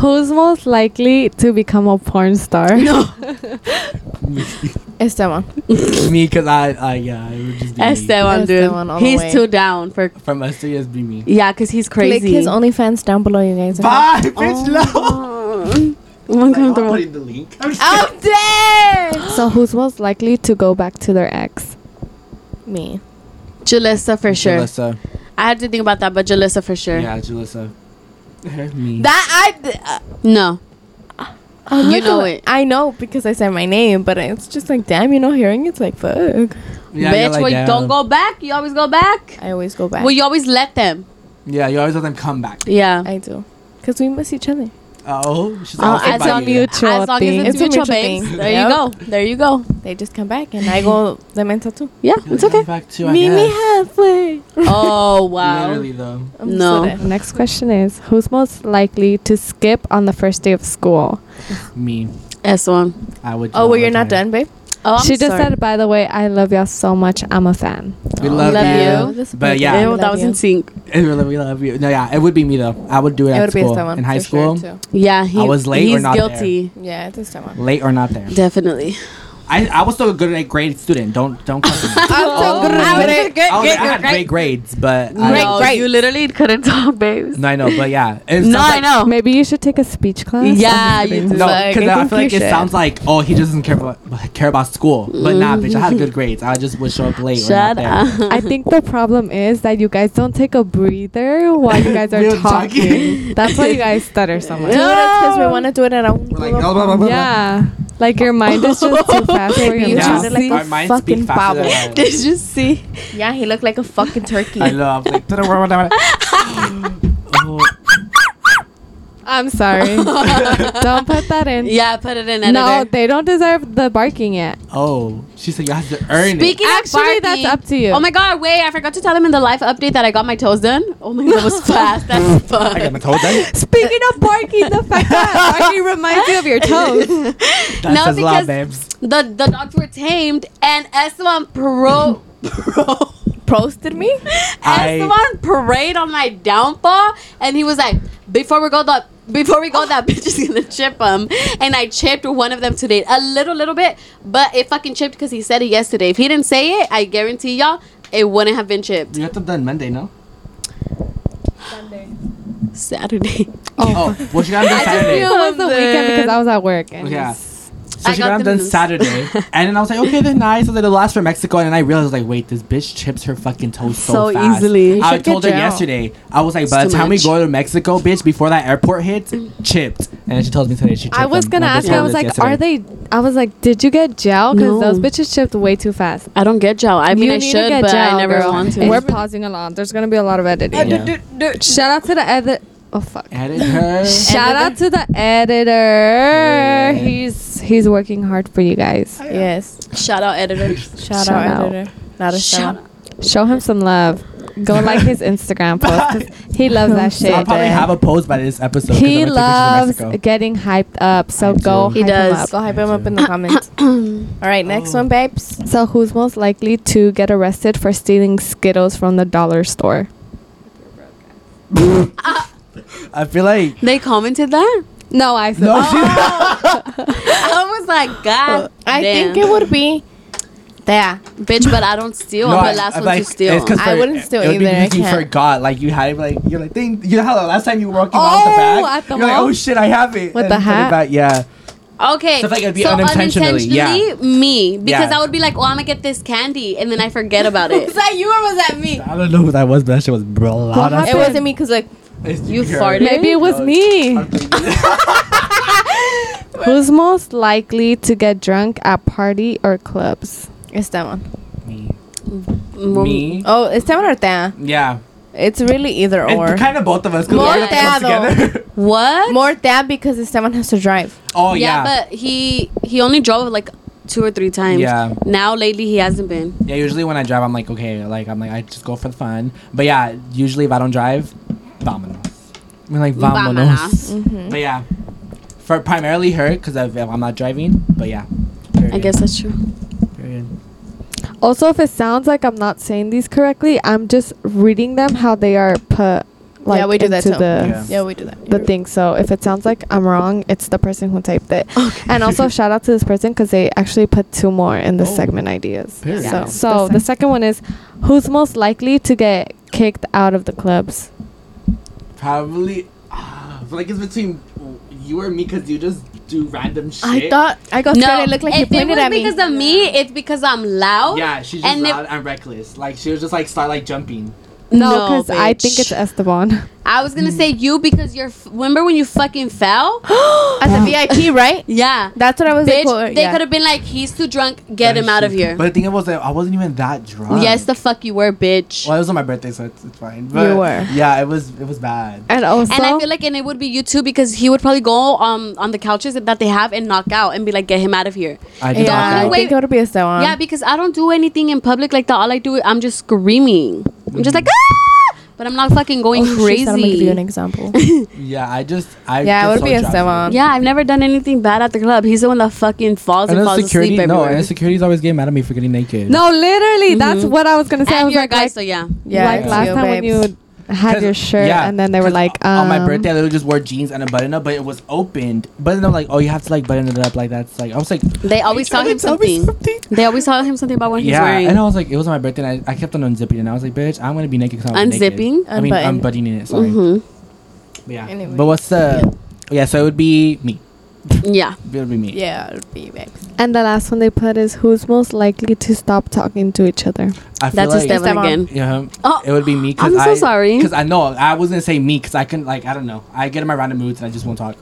S5: Who's most likely to become a porn star? No.
S2: Esteban.
S1: me, cause I I yeah, it would just be me.
S3: Esteban, dude.
S2: Esteban all the
S3: he's
S2: way.
S3: too down for.
S1: From us to just be me.
S3: Yeah, because he's crazy.
S2: Click his OnlyFans down below, you guys. okay?
S1: Bye, bitch. No.
S3: Oh.
S1: Like,
S3: I'm
S1: I'm
S3: uncomfortable.
S1: putting the link. I'm just
S3: Ah,
S2: I'm dead.
S5: so who's most likely to go back to their ex?
S2: Me.
S3: Jalissa for sure.
S1: Jalissa.
S3: I had to think about that, but Jalissa for sure.
S1: Yeah, Jalissa. me.
S2: That I. d- uh,
S3: No.
S2: oh,
S3: You know
S2: look,
S3: it.
S2: I know because I said my name, but it's just like, damn, you know, hearing it's like, fuck.
S1: yeah, you're
S3: Bitch,
S1: like,
S3: well, you
S1: damn.
S3: don't go back. You always go back.
S2: I always go back.
S3: Well, you always let them.
S1: Yeah, you always let them come back.
S3: Yeah.
S2: I do. Because we miss each other.
S1: Oh, she's
S3: Oh,
S1: also
S3: I
S1: by
S3: tell
S1: you.
S5: you. Mutual
S3: as long
S5: thing.
S3: as
S2: It's
S3: it's,
S2: a
S3: mutual,
S2: mutual
S3: babes.
S2: thing.
S3: There
S2: Yep.
S3: you go. There you go.
S2: They just come back and I go the mental too.
S3: Yeah,
S1: You're
S3: it's
S1: like, I'm
S3: okay.
S1: Back to, I
S2: Meet me
S1: guess.
S2: halfway.
S3: Oh wow.
S1: Literally though.
S2: I'm so
S3: No.
S2: dead.
S5: The next question is who's most likely to skip on the first day of school?
S1: Me.
S3: S one.
S1: I would. do
S2: Oh,
S1: all
S2: well,
S1: the
S2: you're not
S1: time.
S2: done, babe.
S3: Oh, I'm
S5: she just
S3: sorry.
S5: said, by the way, I love y'all so much. I'm a fan.
S1: We love,
S3: love
S1: you.
S3: you.
S1: But yeah.
S3: Ew, that was in sync.
S1: It really, we love you. No, yeah, it would be me though. I would do it,
S2: It
S1: at
S2: would be
S1: school
S2: Esteban.
S1: in high
S2: for
S1: school,
S2: Sure, too.
S3: Yeah, he
S1: I was late or
S3: He's
S1: not there.
S3: guilty.
S2: Yeah, it's Esteban.
S1: late or not there.
S3: Definitely.
S1: I, I was still a good like, grade student. Don't don't come to me. I, was, I had great grades, but I,
S3: no,
S2: great.
S3: you literally couldn't talk, babes.
S1: no, I know, but yeah, It's
S3: No, I
S1: something-
S3: know.
S5: Maybe you should take a speech class.
S3: Yeah, you
S5: you
S3: do.
S1: No,
S2: Like,
S1: because
S2: I
S1: I,
S2: think
S1: feel like
S2: you
S1: it
S2: should.
S1: sounds like oh he just doesn't care about care about school, but nah, bitch, I had good grades. I just would show up late.
S3: Shut
S1: or not
S3: up.
S5: I think the problem is that you guys don't take a breather while you guys
S1: We
S5: are
S1: were talking.
S5: talking. That's why you guys stutter so much.
S2: because we want to do it at a
S1: There. We're like no, blah, blah, blah, blah.
S5: Yeah. Like your mind is just too fast for
S2: Maybe
S5: your
S2: you
S1: Yeah.
S5: mouth.
S2: sounded like
S1: Our
S2: a
S1: minds
S2: fucking
S1: speak faster
S2: bubble.
S1: than ours.
S3: Did you see?
S2: Yeah, he looked like a fucking turkey.
S1: I love like. oh,
S5: I'm sorry. don't put that in.
S3: Yeah, put it in. Editor.
S5: No, they don't deserve the barking yet.
S1: oh, she said you have to earn it.
S3: Speaking
S5: Actually,
S3: of barking,
S5: that's up to you.
S3: Oh my god, wait! I forgot to tell them in the live update that I got my toes done. Oh my god, that was fast. That's
S1: I got
S3: fun.
S1: my toes done.
S5: Speaking of barking, the fact that barking reminds you of your toes.
S1: That
S3: No,
S1: says a lot,
S3: because-
S1: babes.
S3: The the dogs were tamed, and Esteban pro pro
S2: Prosted me?
S1: I-
S3: Esteban parade on my downfall, and he was like, "Before we go, the before we go, that bitch is gonna chip him." And I chipped one of them today, a little, little bit, but it fucking chipped because he said it yesterday. If he didn't say it, I guarantee y'all, it wouldn't have been chipped.
S1: You have to have done Monday, no?
S3: Saturday,
S1: Oh, well, she got them done
S3: I just
S1: Saturday.
S5: It
S3: knew
S5: was the weekend because I was at work. And
S1: Yeah. So
S3: I
S1: she
S3: got
S1: got them
S3: them
S1: done
S3: loose.
S1: Saturday, and then I was like, okay, they're nice. So they'll last for Mexico, and then I realized like, wait, this bitch chips her fucking toes so,
S3: So
S1: fast.
S3: easily. You
S1: I
S2: should
S1: told her
S2: get jail.
S1: yesterday. I was like, by the
S3: too
S1: time we
S3: much.
S1: go to Mexico, bitch, before that airport hits, chipped. And then she tells me today she. Chipped
S5: I was
S1: them.
S5: gonna
S1: Like,
S5: ask
S1: this
S5: you. I
S1: one
S5: was
S1: was
S5: like, are
S1: yesterday.
S5: they? I was like, did you get gel?
S3: No.
S5: Because those bitches shipped way too fast.
S3: I don't get y'all. I mean,
S5: you
S3: I should, but I never
S5: girl.
S3: want to.
S5: We're pausing a lot. There's gonna be a lot of
S3: Uh,
S5: editing.
S1: Yeah.
S5: Shout out to the edit. Oh fuck.
S1: Edit her.
S5: Shout out to the editor. He's he's working hard for you guys.
S2: Yes.
S3: Shout out editor.
S2: Shout,
S5: Shout
S2: out,
S5: out.
S2: editor. Not a shout.
S3: out.
S5: Show him some love. Go like his Instagram post. 'cause He loves that
S1: So
S5: shit.
S1: I'll probably have a post by this episode. 'cause
S5: he
S1: I'm gonna take
S5: loves
S1: pictures of Mexico.
S5: getting hyped up. So
S1: I do.
S5: go.
S1: He
S5: hype him
S3: does.
S2: Go
S5: up.
S2: hype him up in
S3: Uh,
S2: the comments. All right, next one, babes.
S5: So who's most likely to get arrested for stealing Skittles from the dollar store?
S1: I feel like
S3: They commented that.
S5: No, I said.
S1: no. she-
S3: I was like, God,
S2: I
S3: Ah, damn.
S2: think it would be there.
S3: bitch, but I don't steal.
S1: No,
S3: I'm
S1: I-
S3: the last
S1: I
S3: one
S1: like-
S3: to steal.
S1: it's 'cause
S2: I
S1: for-
S2: wouldn't steal
S1: it would Be
S2: either, I
S1: because you
S2: can't.
S1: forgot, like you had it, like you're like think you know how the last time you were walking around with the
S5: Oh,
S1: bag,
S5: at the
S1: you're like
S5: mall?
S1: oh shit, I have it
S5: With
S1: and
S5: the
S1: put it
S5: hat?
S1: back, Yeah,
S3: Okay,
S1: Stuff like it'd be unintentionally, yeah.
S3: unintentionally me because
S1: Yeah.
S3: I would be like, oh, I'm gonna get this candy, and then I forget about it.
S2: that you or was that me?
S1: I don't know who that was, but that shit was
S5: happened?
S1: blood.
S2: It wasn't me because like
S3: You farted?
S5: Maybe it was me. Who's most likely to get drunk at party or clubs?
S2: it's that one.
S1: me.
S3: Mm,
S1: Me.
S2: Oh, it's that one or that.
S1: Yeah,
S2: It's really either or.
S1: and kind of both of us. 'cause
S2: More
S1: we're like close
S2: dado.
S1: together.
S3: What?
S2: More that because it's that one has to drive.
S1: oh
S3: yeah,
S1: yeah,
S3: but he he only drove like two or three times.
S1: Yeah.
S3: Now lately he hasn't been.
S1: yeah. Usually when I drive, I'm like okay, like I'm like I just go for the fun. But yeah, usually if I don't drive, vamonos. I mean like vamonos.
S3: Vamonos.
S1: But yeah, for primarily her because I'm not driving. But yeah,
S3: I guess that's true.
S1: Period.
S5: Also, if it sounds like I'm not saying these correctly, I'm just reading them how they are put. Like,
S2: we do that
S5: into
S2: too.
S5: The,
S1: Yeah.
S2: Yeah, we do that.
S5: the thing. So if it sounds like I'm wrong, it's the person who typed it. And also shout out to this person because they actually put two more in the
S1: Oh.
S5: segment ideas.
S1: Period.
S5: So,
S1: Yes.
S5: so the second one is who's most likely to get kicked out of the clubs?
S1: Probably. Uh, like it's between you or me because you just do random shit.
S2: I thought I got scared. It looked like you
S3: if it
S2: pointed
S3: was
S2: at me.
S3: because of me, it's because I'm loud.
S1: Yeah, she's just
S3: And if-
S1: loud and reckless. Like she was just like start like jumping.
S5: No, because I
S3: bitch.
S5: think it's Esteban.
S3: I was
S1: Mm.
S3: gonna say you because you're. F- remember when you fucking fell?
S2: At the VIP, right?
S3: yeah.
S2: That's what I was
S3: Bitch,
S2: like. oh,
S3: they could have been like, he's too drunk. Get
S1: But
S3: him out
S1: she-
S3: of here.
S1: But the thing was that I wasn't even that drunk.
S3: yes, the fuck you were, bitch.
S1: Well, it was on my birthday, so it's, it's fine. But
S2: were.
S1: Yeah, it was. It was bad.
S5: And also,
S3: And I feel like, and it would be you too because he would probably go um on the couches that they have and knock out and be like, get him out of here.
S1: I
S2: Yeah,
S1: did
S2: I
S1: yeah.
S3: Wait.
S2: think it would be a um, one.
S3: yeah, because I don't do anything in public like that. All I do, I'm just screaming. I'm just like, ah! but I'm not fucking going
S2: She said, I'm gonna Oh, give you an
S3: crazy.
S2: example.
S1: Yeah, I just. I
S2: Yeah, it
S1: just
S2: would be a
S1: drowsy.
S2: seven.
S3: Yeah, I've never done anything bad at the club. He's the one that fucking falls and,
S1: And then
S3: falls
S1: security.
S3: asleep
S1: No,
S3: everywhere.
S1: and security's always getting mad at me for getting naked.
S5: no, literally, that's
S2: Mm-hmm.
S5: what I was gonna say. I
S3: and
S5: was
S3: you're
S5: like,
S3: a guy,
S5: like,
S3: so yeah.
S2: Yeah,
S5: like
S1: it's
S5: last
S2: you,
S5: time when
S2: babes.
S5: you had
S1: 'Cause-
S5: your shirt,
S1: yeah,
S5: and then they were
S1: 'cause
S5: like,
S1: on
S5: um,
S1: my birthday, I literally just wore jeans and a button up, but it was opened. But then I'm like, oh, you have to like button it up like that's like I was like,
S3: They always
S1: trying to
S3: tell
S1: tell
S3: him
S1: me
S3: something. They always tell him something about what he's
S1: yeah,
S3: wearing.
S1: and I was like, it was my birthday, and I, I kept on unzipping, and I was like, bitch, I'm gonna be naked because I'm naked.
S3: Unzipping?
S1: I mean,
S2: Unbutton.
S1: unbuttoning it. Sorry.
S3: hmm
S1: But yeah.
S2: Anyway.
S1: But what's the? Yeah. So it would be me.
S3: Yeah.
S1: It would be me.
S2: Yeah, it would be babes.
S5: and the last one they put is who's most likely to stop talking to each other.
S1: I feel
S3: That's a
S1: like,
S3: step
S2: Step on.
S3: again.
S1: Yeah.
S3: Oh,
S1: It would be me.
S3: I'm so
S1: I,
S3: sorry.
S1: Because I know I was gonna say me because I couldn't like I don't know I get in my random moods and I just won't talk.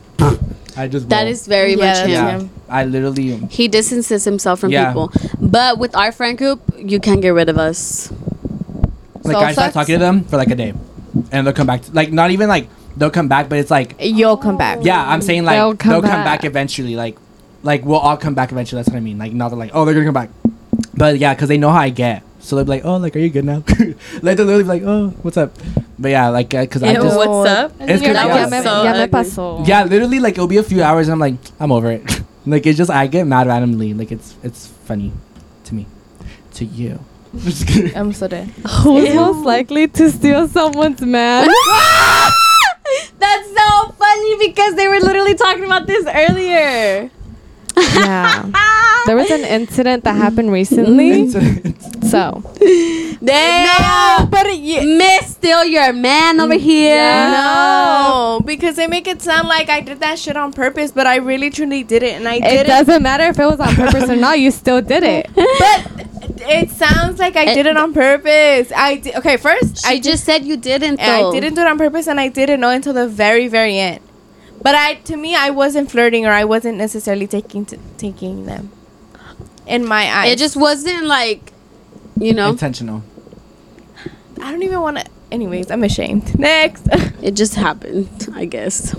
S1: I just
S3: That
S1: won't.
S3: is very
S2: Yeah,
S3: much
S2: that's
S3: him.
S2: him.
S1: yeah. I literally
S3: He distances himself from
S1: Yeah.
S3: people. But with our friend group, you can't get rid of us.
S1: like
S2: Soul
S1: I start
S2: sucks?
S1: talking to them for like a day, and they'll come back. like not even like they'll come back, but it's like
S2: You'll come back.
S1: Yeah, I'm saying like
S5: They'll
S1: they'll
S5: come
S1: come,
S5: back.
S1: back. eventually. Like, like we'll all come back eventually. That's what I mean. Like, not that like oh they're gonna come back, but yeah, because they know how I get. So they'll be like, oh, like are you good now? like they'll literally be like, oh, what's up? But yeah, like because I
S3: Ew,
S1: just
S3: what's up?
S1: it's 'cause
S3: That
S1: yeah,
S3: was
S5: ya me-
S3: so
S5: ya me
S3: ugly.
S5: pasó.
S1: yeah, literally like it'll be a few hours and I'm like I'm over it. like it's just I get mad randomly. Like it's it's funny to me, to you. I'm just kidding.
S2: I'm so dead.
S5: Who's most likely to steal someone's man?
S3: That's so funny because they were literally talking about this earlier.
S5: yeah.
S3: Ah!
S5: There was an incident that happened recently.
S1: Mm-hmm.
S5: so
S3: Damn.
S2: but it, yeah.
S3: Miss still your man
S1: Mm,
S3: over here.
S2: No, because they make it sound like I did that shit on purpose, but I really truly did it, and I did
S5: it
S2: it.
S5: doesn't matter if it was on purpose or not, you still did it.
S2: But it sounds like I did it on purpose. I di- okay. First,
S3: She
S2: I did,
S3: just said you didn't
S2: I
S3: though.
S2: didn't do it on purpose, and I didn't know until the very, very end. But I, to me, I wasn't flirting, or I wasn't necessarily taking t- taking them in my eyes.
S3: It just wasn't like, you know,
S1: Intentional.
S2: I don't even want to. Anyways, I'm ashamed. Next.
S3: it just happened, I guess.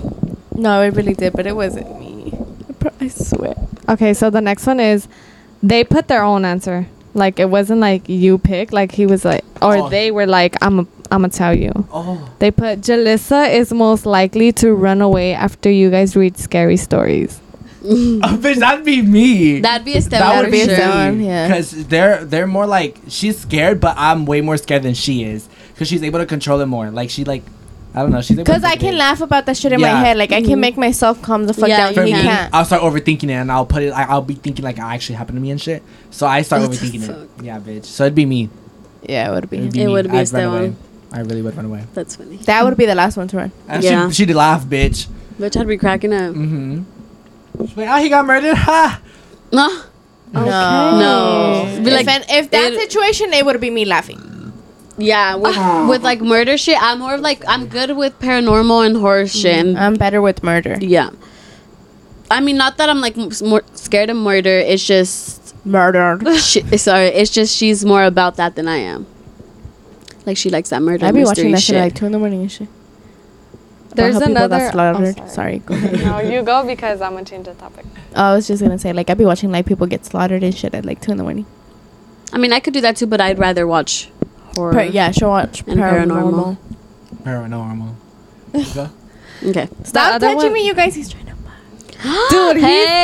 S2: no, it really did, but it wasn't me. I, pro- I swear.
S5: Okay, so the next one is they put their own answer. Like it wasn't like you pick. Like he was like, or
S1: Oh.
S5: they were like, I'm, a, I'm gonna tell you.
S1: Oh.
S5: They put Jalissa is most likely to run away after you guys read scary stories.
S1: Oh, bitch, that'd be me.
S3: That'd be a step.
S1: that
S3: down
S1: would
S3: for
S1: be
S3: sure.
S2: down, yeah.
S1: Because they're they're more like she's scared, but I'm way more scared than she is because she's able to control it more. Like she like, I don't know. She's able to
S2: Because I
S1: take it
S2: can
S1: in.
S2: laugh about that shit in
S1: Yeah.
S2: my head. Like I can make myself calm the fuck
S3: Mm-hmm. Yeah,
S2: down.
S3: you
S1: For
S2: He
S1: me,
S3: can.
S2: can't.
S1: I'll start overthinking it, and I'll put it. I, I'll be thinking like it actually happened to me and shit. So I start overthinking it. Yeah, bitch. So it'd be me.
S2: Yeah, it would be.
S1: It'd
S3: It
S1: me.
S3: would be
S1: I'd run
S3: that
S1: away.
S3: one.
S1: I really would run away.
S3: That's funny.
S2: That would be the last one to run.
S1: And
S3: Yeah.
S1: she she did laugh, bitch.
S3: Bitch, I'd be cracking up.
S1: Mm-hmm. Wait, oh, he got murdered? Ha!
S3: No, Oh.
S2: No,
S3: No. Be like-
S2: if, an, if that
S3: it-
S2: situation, it would be me laughing.
S3: yeah, with, with like murder shit, I'm more of like I'm good with paranormal and horror shit.
S5: Mm-hmm.
S3: and-
S2: I'm better with murder.
S3: yeah, I mean, not that I'm like m- s- more scared of murder. It's just
S2: Murder.
S3: she, sorry, it's just she's more about that than I am. Like she likes that murder.
S2: I'd be watching
S3: mystery
S2: that shit
S3: shit.
S2: like two in the morning and shit. About
S5: There's
S2: how people
S5: another-
S2: got slaughtered.
S5: oh, sorry.
S2: sorry. go ahead.
S5: no, you go because I'm gonna change the topic.
S2: I was just gonna say like I'd be watching like people get slaughtered and shit at like two in the morning.
S3: I mean, I could do that too, but I'd rather watch horror.
S2: Per- yeah, she'll watch
S3: And paranormal.
S2: paranormal.
S1: Paranormal. Go.
S3: Okay.
S2: Stop
S5: other
S2: touching
S5: one-
S2: me, you guys. He's trying to.
S5: Dude, he's-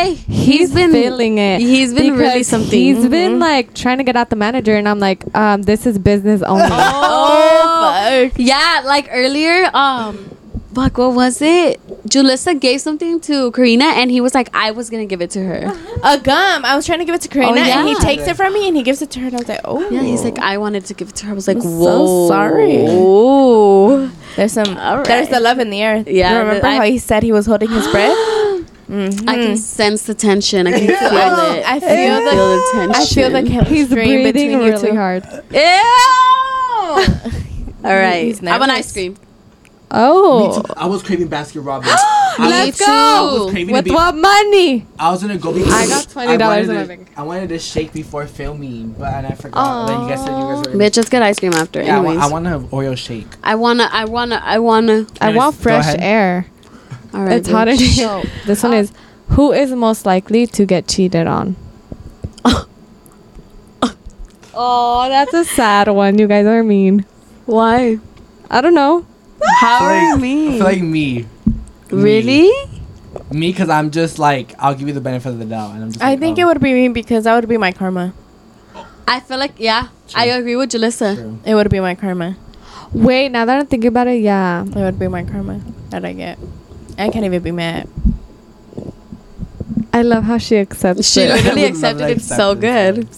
S3: hey,
S5: He's been feeling it.
S3: He's been really
S5: Because
S3: something. Mm-hmm.
S5: He's
S2: Mm-hmm.
S5: been like trying to get out the manager, and I'm like, um, this is business only.
S2: Oh, fuck.
S3: yeah, like earlier, um, fuck, what was it? Julissa gave something to Karina, and he was like, I was gonna give it to her.
S2: A gum. I was trying to give it to Karina, and he
S3: Oh, yeah.
S2: takes it from me, and he gives it to her, and I was like, oh.
S3: Yeah, he's like, I wanted to give it to her. I was like,
S2: I'm so
S3: whoa,
S2: sorry.
S3: Ooh.
S2: There's some.
S3: All
S2: There's
S3: right.
S2: the love in the air.
S3: Yeah,
S2: You remember
S3: I-
S2: how he said he was holding his breath? Mhm.
S3: I can sense the tension. I can feel
S2: Oh,
S3: it.
S2: I feel
S3: can
S2: the-
S3: tension.
S2: I feel the chemistry
S5: He's breathing
S2: between
S5: really
S2: you two.
S5: hard.
S3: Ew. All right,
S2: He's
S3: I want
S2: nervous.
S3: ice cream.
S1: Me
S5: Oh,
S1: too. I was craving Baskin Robbins. I
S3: Let's
S1: was- I was
S3: go.
S1: craving
S5: with
S1: to be-
S5: what money?
S1: I was gonna go.
S5: I got $20 in my bank.
S1: I wanted to shake before filming, but and I forgot. Then you guys said you guys were.
S3: Bitch, let's get ice cream after.
S1: Yeah, I,
S3: Anyways,
S1: wa- I want to Oreo shake.
S3: I wanna, I wanna, I wanna.
S5: I
S1: Yes,
S5: want
S1: go
S5: fresh
S1: ahead.
S5: air.
S3: All right,
S5: It's hot in
S3: bitch.
S5: here. This one is who is most likely to get cheated on? oh, that's a sad one. You guys are mean.
S3: Why?
S5: I don't know.
S1: I
S3: How
S1: feel
S3: are
S1: like- I
S3: me?
S1: feel like me.
S3: Really?
S1: Me, because I'm just like I'll give you the benefit of the doubt, and I'm just.
S2: I
S1: like,
S2: think
S1: oh,
S2: it would be me because that would be my karma.
S3: I feel like yeah. I agree with Jalissa.
S1: true.
S2: It would be my karma.
S5: Wait, now that I'm thinking about it, yeah.
S2: It would be my karma that I get. I can't even be mad.
S5: I love how she accepts
S3: She
S5: it.
S3: literally
S1: I would love
S3: accepted
S1: to
S3: it
S1: accept
S3: so
S1: it.
S3: good.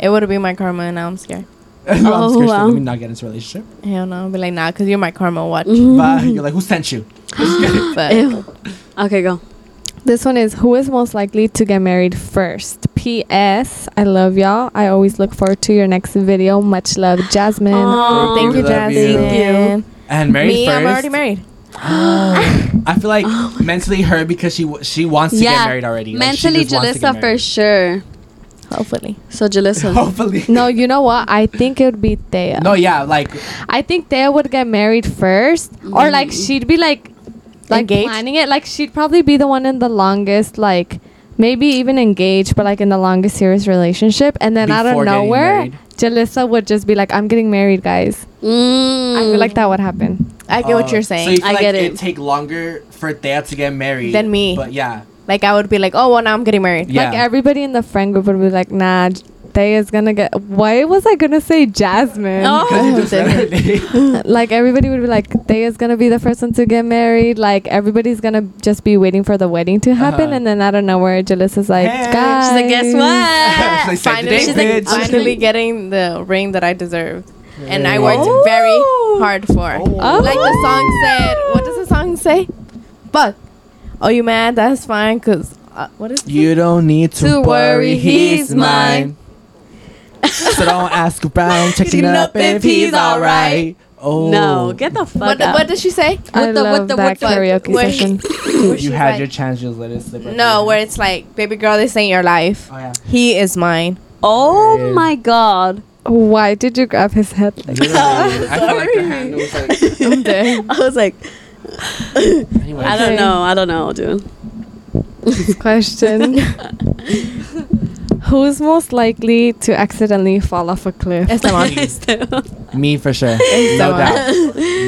S2: It would be my karma, and now I'm scared.
S1: I'm
S3: Oh,
S1: scared.
S3: wow.
S1: Let me not get into a relationship.
S2: Hell no, I'll be like, nah, because you're my karma. Watch.
S1: But you're like, who sent you?
S2: Fuck.
S3: Ew. Okay, go.
S5: This one is who is most likely to get married first? P.S. I love y'all. I always look forward to your next video. Much love, Jasmine.
S3: Aw,
S1: Thank
S2: Thank
S1: you, we
S2: you,
S1: love you.
S2: Jasmine.
S3: Thank
S1: And married
S2: Me,
S1: first.
S2: I'm already married.
S1: I feel like mentally her because she w- she wants to get married already. Like, she
S3: Mentally,
S1: just wants to get
S3: Jalissa for
S1: married. Oh.
S3: sure.
S2: Hopefully.
S3: So Jalissa.
S1: Hopefully.
S5: No, you know what? I think it would be Thea.
S1: No, yeah, like
S5: I think Thea would get married 1st or like she'd be like, like
S2: Engaged?
S5: planning it. Like she'd probably be the one in the longest, like maybe even engaged, but like in the longest serious relationship. And then out of
S1: Before getting
S5: nowhere,
S1: married.
S5: Jalissa would just be like, "I'm getting married, guys."
S3: Mm.
S5: I feel like that would happen.
S2: I get
S1: uh,
S2: what you're
S1: So you
S2: saying.
S1: feel
S3: I
S1: like
S3: get
S1: it.
S3: it.
S1: take longer for Thea to get married
S2: Than me.
S1: But yeah,
S2: like, I would be like, oh, well, now I'm getting married.
S1: yeah.
S5: Like everybody in the friend group would be like, "Nah, J- Thea's gonna get." Why was I gonna say Jasmine?
S3: Oh.
S1: 'Cause you just said it.
S5: like everybody would be like, Thea's gonna be the first one to get married. Like everybody's gonna just be waiting for the wedding to happen,
S1: Uh-huh.
S5: and then out of nowhere, Jalissa's like,
S1: Hey.
S5: guys.
S3: She's like, guess
S1: She's
S3: what?
S1: like, "Save the
S2: Finally,
S1: day,
S3: She's like,
S1: bitch."
S2: finally getting the ring that I deserved. And I
S1: Yeah.
S2: worked
S1: Oh.
S2: very hard for.
S1: Oh.
S2: Like the song said, what does the song say? Fuck. Oh, you mad? That's fine. Cause uh, what is
S1: You don't need to,
S3: To
S1: worry,
S3: worry,
S1: he's
S3: he's
S1: mine.
S3: mine.
S1: so don't ask around, checking up if he's alright. Oh,
S3: No, get the fuck
S2: what?
S3: out.
S2: What does she say?
S5: I
S3: What the- what
S5: love
S3: the-
S5: that
S3: what the-
S5: karaoke
S2: wait.
S5: session.
S2: Where
S1: you
S2: she's
S1: had
S2: like-
S1: your chance, just let it slip. right
S2: No,
S1: through.
S2: where it's like, baby girl, this ain't your life.
S1: Oh yeah.
S2: He is mine.
S3: oh my god.
S5: Why did you grab his head? Like,
S1: Literally. I feel like the handle was like.
S2: I'm dead.
S3: I was like,
S1: Anyway,
S3: I don't know. I don't know, dude.
S5: this question. Who's most likely to accidentally fall off a cliff?
S2: Esteban.
S3: Esteban
S1: Me for sure. no doubt.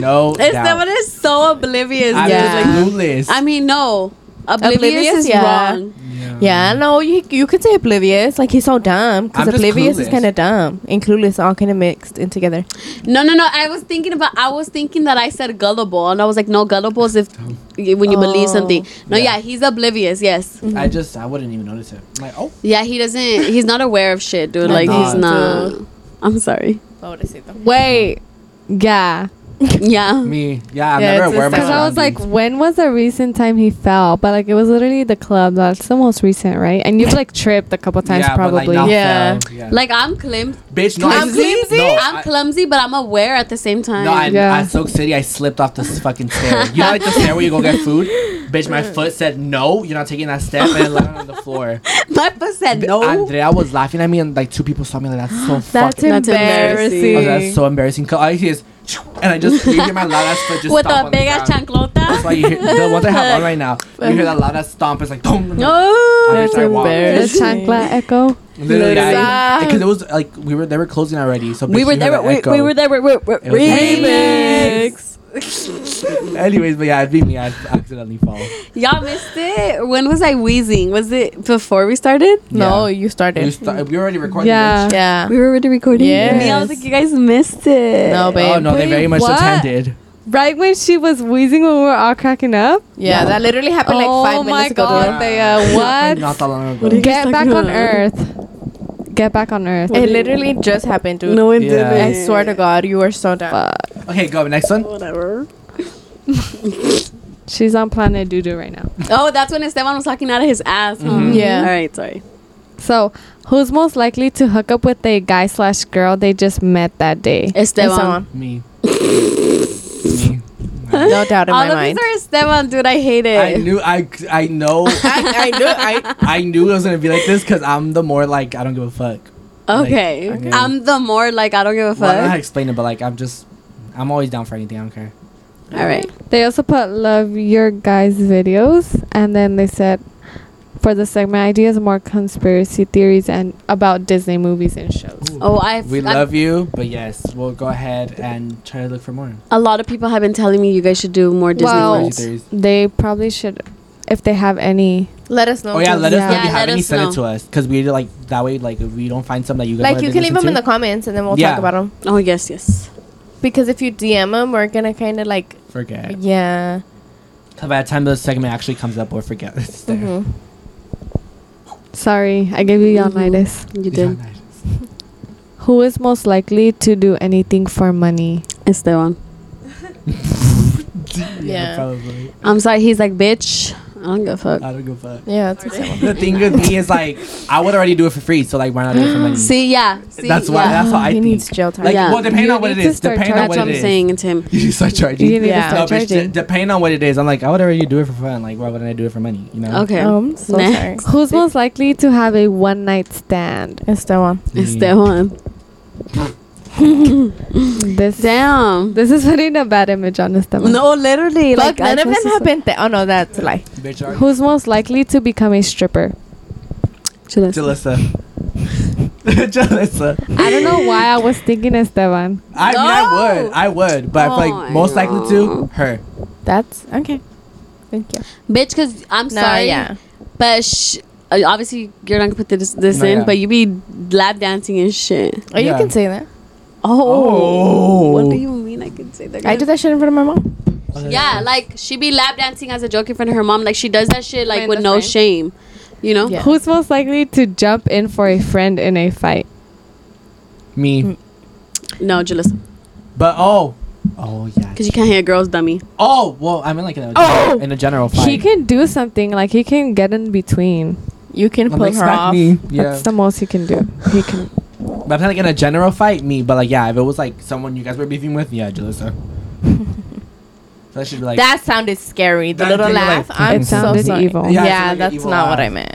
S1: No
S3: Esteban
S1: doubt.
S3: is so oblivious.
S1: I'm
S3: dude.
S1: just
S2: Yeah.
S3: Like,
S1: clueless.
S3: I mean, no. Oblivious,
S2: Oblivious,
S3: is
S2: yeah.
S3: wrong.
S2: Yeah, no, you you could say oblivious. Like he's so dumb because
S1: I'm just
S2: oblivious is
S1: clueless.
S2: kind of dumb and clueless, all kind of mixed in together.
S3: No, no, no. I was thinking about. I was thinking that I said gullible, and I was like, no, gullible is if when you believe
S2: Oh.
S3: something. No,
S1: Yeah.
S3: yeah. he's oblivious. Yes,
S1: I just I wouldn't even notice it. I'm like, oh
S3: yeah, he doesn't. He's not aware of shit, dude.
S1: I'm
S3: Like
S1: not,
S3: he's not. I'm sorry.
S5: Wait. Yeah.
S3: Mm. Yeah,
S1: me. Yeah, I'm
S2: Yeah,
S1: never
S2: it's
S1: aware of my
S5: Because I was like,
S1: surroundings.
S5: when was the recent time he fell? But like, it was literally the club. That's the most recent, right? And you've like tripped a couple times
S1: Yeah, but, like,
S5: probably.
S1: not
S2: Yeah.
S1: fell. yeah.
S3: like I'm clumsy.
S1: bitch, no,
S3: I'm
S1: I,
S3: clumsy.
S1: No,
S3: I'm
S1: I-
S3: clumsy, but I'm aware at the same time.
S1: No, I,
S5: Yeah.
S1: at Silk City, I slipped off this fucking stair. You know, like the stair where you go get food? Bitch, my foot said, no, you're not taking that step, and it landed on the floor.
S3: My foot said no.
S1: Andrea was laughing at me, and like two people saw me, like, that's so
S2: That's
S1: fucking.
S3: That's embarrassing.
S1: I was
S2: embarrassing.
S1: like, Oh, that's so embarrassing. 'Cause all you hear is, and I just you hear my loud ass foot just
S3: With
S1: stomp
S3: a
S1: on
S3: big
S1: the
S3: ass
S1: ground. That's why
S3: chanclota.
S1: you hear the ones I have on right now. You hear that loud ass stomp, it's like, boom.
S3: No.
S1: I wish I walked.
S5: The
S2: embarrassing.
S5: chancla echo.
S1: Literally,
S2: Lisa.
S1: because it was like we were they were closing already, so
S3: We
S1: bitch,
S3: were
S1: you hear
S3: there.
S1: the
S3: We,
S1: echo.
S3: we were there. We, we,
S1: It was
S3: remix.
S1: Anyways, but yeah, it'd be me. I'd accidentally fall.
S3: Y'all missed it. When was I wheezing? Was it before we started?
S2: No,
S1: Yeah.
S2: you
S1: You
S2: started.
S1: start, we already recorded. bitch.
S5: Yeah.
S2: yeah.
S3: We were already recording.
S2: Yes.
S3: Me, I was like, you guys missed it.
S2: No, babe.
S1: Oh no, they
S5: Wait,
S1: very much
S5: what?
S1: attended.
S5: Right when she was wheezing when we were all cracking up.
S2: Yeah, that literally happened
S5: oh
S2: like five
S5: my
S2: minutes ago.
S5: god,
S2: dude.
S5: they uh, what?
S1: Not that long ago.
S3: What do you-
S5: Get
S3: Just
S5: back
S3: talking
S5: on
S3: about-
S5: earth. Get back on earth.
S2: It literally just happened, dude.
S3: no, it
S1: Yeah.
S3: didn't.
S2: I swear to God, you were so dumb.
S5: Fuck.
S1: okay, go next one.
S3: Whatever.
S5: She's on planet doo doo right now.
S3: Oh, that's when Esteban was talking out of his ass. huh?
S1: Mhm.
S2: Yeah.
S3: All right, sorry.
S5: So, who's most likely to hook up with a guy slash girl they just met that day?
S3: Esteban.
S2: Esteban.
S1: Me. me.
S2: No doubt in
S3: All
S2: my
S3: of
S2: mind.
S3: these are Esteban, dude. I hate it.
S1: I knew. I I know.
S2: I, I knew. I,
S1: I knew it was gonna be like this because I'm the more like I don't give a fuck.
S3: okay.
S1: Like, okay.
S3: I'm the more like, I don't give a
S1: Well, I don't know how
S3: fuck.
S1: to explain it, but like I'm just, I'm always down for anything. I don't care.
S3: All right.
S5: They also put love your guys' videos, and then they said for the segment ideas, more conspiracy theories and about Disney movies and shows.
S3: Oh, I
S1: We love you, but yes, we'll go ahead and try to look for more.
S3: A lot of people have been telling me you guys should do more Disney
S5: Well-
S2: Oh.
S1: Crazy
S3: ones.
S1: theories.
S5: They probably should, if they have any.
S2: let us know.
S1: Oh yeah,
S2: too.
S1: let us know
S5: Yeah,
S1: if you have
S3: let
S1: any.
S3: us
S1: Send
S3: know.
S1: it to us because we like that way. Like if we don't find some that you guys
S2: Like
S1: wanna
S2: you can leave
S1: listen
S2: them in
S1: to-
S2: the comments, and then we'll
S1: Yeah.
S2: talk about them.
S3: Oh, yes, yes.
S2: Because if you DM them, we're gonna kind of like,
S1: forget.
S2: yeah.
S1: By the time the segment actually comes up, we'll forget it's there.
S2: Mhm.
S5: Sorry, I gave you
S3: Mhm.
S5: Leonidas.
S3: You did.
S5: Who is most likely to do anything for money?
S3: Esteban.
S1: Yeah,
S2: Yeah.
S1: probably.
S3: I'm sorry. He's like, bitch. I don't give a fuck.
S1: I don't give a fuck.
S2: Yeah, that's acceptable.
S1: The thing with me is like, I would already do it for free, so like, why not do it for money?
S3: See, yeah. See,
S1: Um, that's why.
S3: yeah.
S1: That's what I
S2: he
S1: think.
S2: needs jail time.
S1: like,
S3: Yeah.
S1: well, depending
S5: You
S1: on what it
S5: need to
S1: is,
S5: start
S1: depending on
S5: charging.
S1: what,
S3: That's
S1: it
S3: what I'm
S1: is.
S3: saying to him.
S1: You should start charging.
S5: You need
S2: Yeah.
S5: to
S1: No,
S5: start
S1: bitch, de-
S5: charging.
S1: depending on what it is, I'm like, I would already do it for fun. Like, why wouldn't I do it for money? You know?
S3: Okay.
S2: Um, so
S3: Next.
S2: sorry.
S5: Who's most likely to have a one night stand?
S2: Esteban.
S1: Me.
S3: Esteban.
S5: This
S3: Damn.
S5: this is putting a bad image on Esteban.
S3: No, literally.
S2: Like
S3: Like,
S2: none
S3: I
S2: of them
S3: just-
S2: have been. Th- oh no, that's a lie.
S1: Bitch, are
S5: Who's most likely to become a stripper?
S3: Chill out.
S1: Jalissa. Jalissa.
S5: I don't know why I was thinking Esteban.
S1: I mean, I
S3: No.
S1: would, I would, but I feel
S3: Oh,
S1: like most likely to her.
S2: That's okay. Thank you.
S3: Bitch, because I'm
S2: No,
S3: sorry.
S2: yeah.
S3: But sh- uh, obviously, you're not going to put this, this
S1: No,
S3: in,
S1: yeah.
S3: but you be lap dancing and shit.
S2: Oh, you
S1: Yeah.
S2: can say that.
S1: Oh.
S3: What do you mean I can say that?
S2: I do that shit in front of my mom.
S3: Yeah, like she be lap dancing as a joke in front of her mom. Like she does that shit like
S5: Mine
S3: with
S5: the
S3: no
S5: same.
S3: shame. You know?
S2: Yeah.
S5: Who's most likely to jump in for a friend in a fight?
S1: me.
S3: No, Jalissa.
S1: But oh, oh yeah.
S3: Because you can't hit a girl's dummy.
S1: Oh well, I mean like in a,
S5: Oh!
S1: in a general fight.
S5: He can do something like he can get in between.
S2: You can
S1: I'm
S2: pull
S1: like,
S2: her
S1: smack
S2: off.
S1: me. Yeah.
S5: That's the most he can do. He can.
S1: But I'm saying like in a general fight, me. But like yeah, if it was like someone you guys were beefing with, yeah, Jalissa. so I should be like.
S2: That sounded scary. The
S1: That
S2: little
S1: did,
S2: laugh.
S1: like,
S2: I'm
S5: It
S2: so
S5: sounded
S2: sorry.
S5: evil.
S1: Yeah,
S2: Yeah,
S1: it sounded
S2: that's
S1: evil
S2: not what
S1: laugh.
S2: I meant.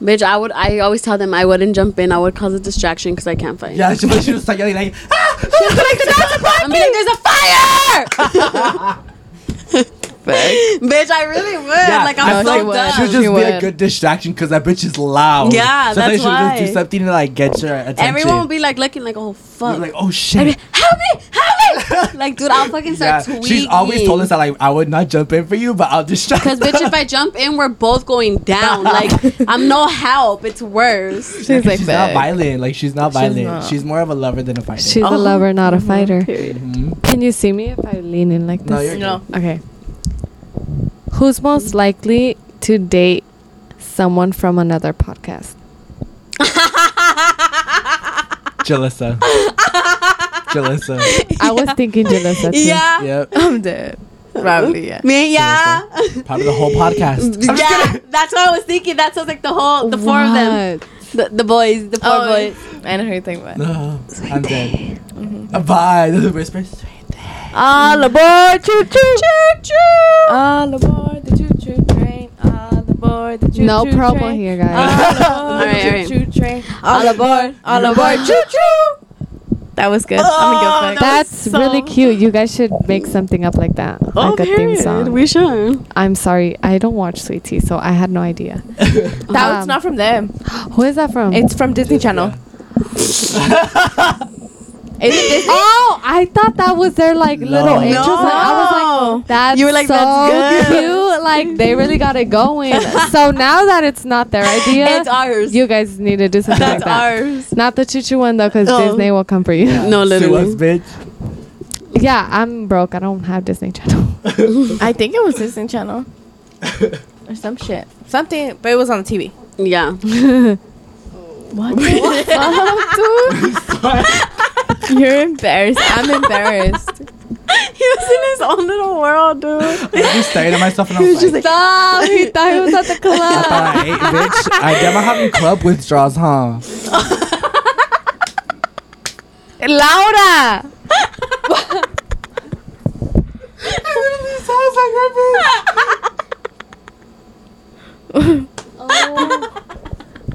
S3: Bitch, I would. I always tell them I wouldn't jump in. I would cause a distraction because I can't fight.
S1: yeah, she, she was like yelling like, ah!
S3: I'm like, there's a fire.
S2: fuck.
S3: Bitch, I really would. like I'm
S2: that's
S3: so
S2: like what-
S3: dumb.
S1: She'll just
S2: She
S1: be a
S2: would.
S1: good distraction because that bitch is loud.
S3: Yeah,
S1: Sometimes
S3: that's
S1: she'll just
S3: why.
S1: do something to like get your attention.
S3: Everyone would be like looking like, oh
S1: You're
S3: fuck.
S1: like, oh
S3: I'd be
S1: shit.
S3: like, help me, help me. like, dude, I'll fucking
S1: Yeah,
S3: start tweeting.
S1: she's always told us that like I would not jump in for you, but I'll distract.
S3: Cause bitch, if I jump in, we're both going down. Like I'm no help. It's worse.
S2: She's like
S1: she's not
S2: that.
S1: violent. Like she's not violent. She's,
S2: not.
S1: more of a lover than a fighter.
S5: She's
S3: Oh.
S5: a lover, not a fighter.
S1: Mhm.
S5: Can you see me if I lean in like this?
S1: No, you're
S2: No.
S5: Okay. Who's most likely to date someone from another podcast?
S1: Jalissa. Jalissa.
S5: I was thinking Jalissa too.
S3: yeah.
S1: Yep.
S2: I'm dead. Probably yeah.
S3: Me, yeah.
S1: Probably the whole podcast.
S3: yeah, that's what I was thinking. That's what, like the whole, the four of them, the, the boys, the four
S2: Oh,
S3: boys.
S2: I know who you're talking about.
S1: No, I'm dead. Uh, Bye. The whisper. Sweet day.
S2: All aboard, choo choo choo choo. All aboard the choo choo train. All aboard the choo choo
S5: No
S2: train.
S5: promo here, guys.
S3: Oh,
S2: All
S3: All right, all
S2: aboard
S3: right.
S2: the choo choo train. All aboard, all aboard, choo choo. That was good. I'm gonna go back.
S5: That's
S3: so- Oh,
S5: really cute. You guys should make something up like that, like a theme song.
S3: We should.
S5: I'm sorry, I don't watch Sweet Tea, so I had no idea.
S2: That
S5: Um,
S2: was not from them.
S5: Who is that from?
S2: It's from Disney Channel. Is it Disney?
S5: oh, I thought that was their like
S1: No.
S5: little angels. Like, I was
S3: No.
S5: like, that's
S3: You were like,
S5: so
S3: "That's good."
S5: cute. Like they really got it going. so now that it's not their idea,
S3: It's ours.
S5: you guys need to do something
S3: that's
S5: like that.
S3: ours.
S5: Not the choo choo one though, because
S3: No.
S5: Disney will come for you. Yeah.
S3: No,
S1: Sue
S3: literally.
S1: us, bitch.
S5: I'm broke. I don't have Disney Channel.
S2: I think it was Disney Channel or some shit, something. But it was on the TV.
S3: Yeah.
S2: What? the fuck, dude? You're embarrassed. I'm embarrassed.
S3: He was in his own little world, dude.
S1: I just stared at myself and I was like,
S5: Stop! He thought he was at the
S1: I
S5: club.
S1: thought I ate, bitch. I never having club withdrawals, huh?
S2: Laura!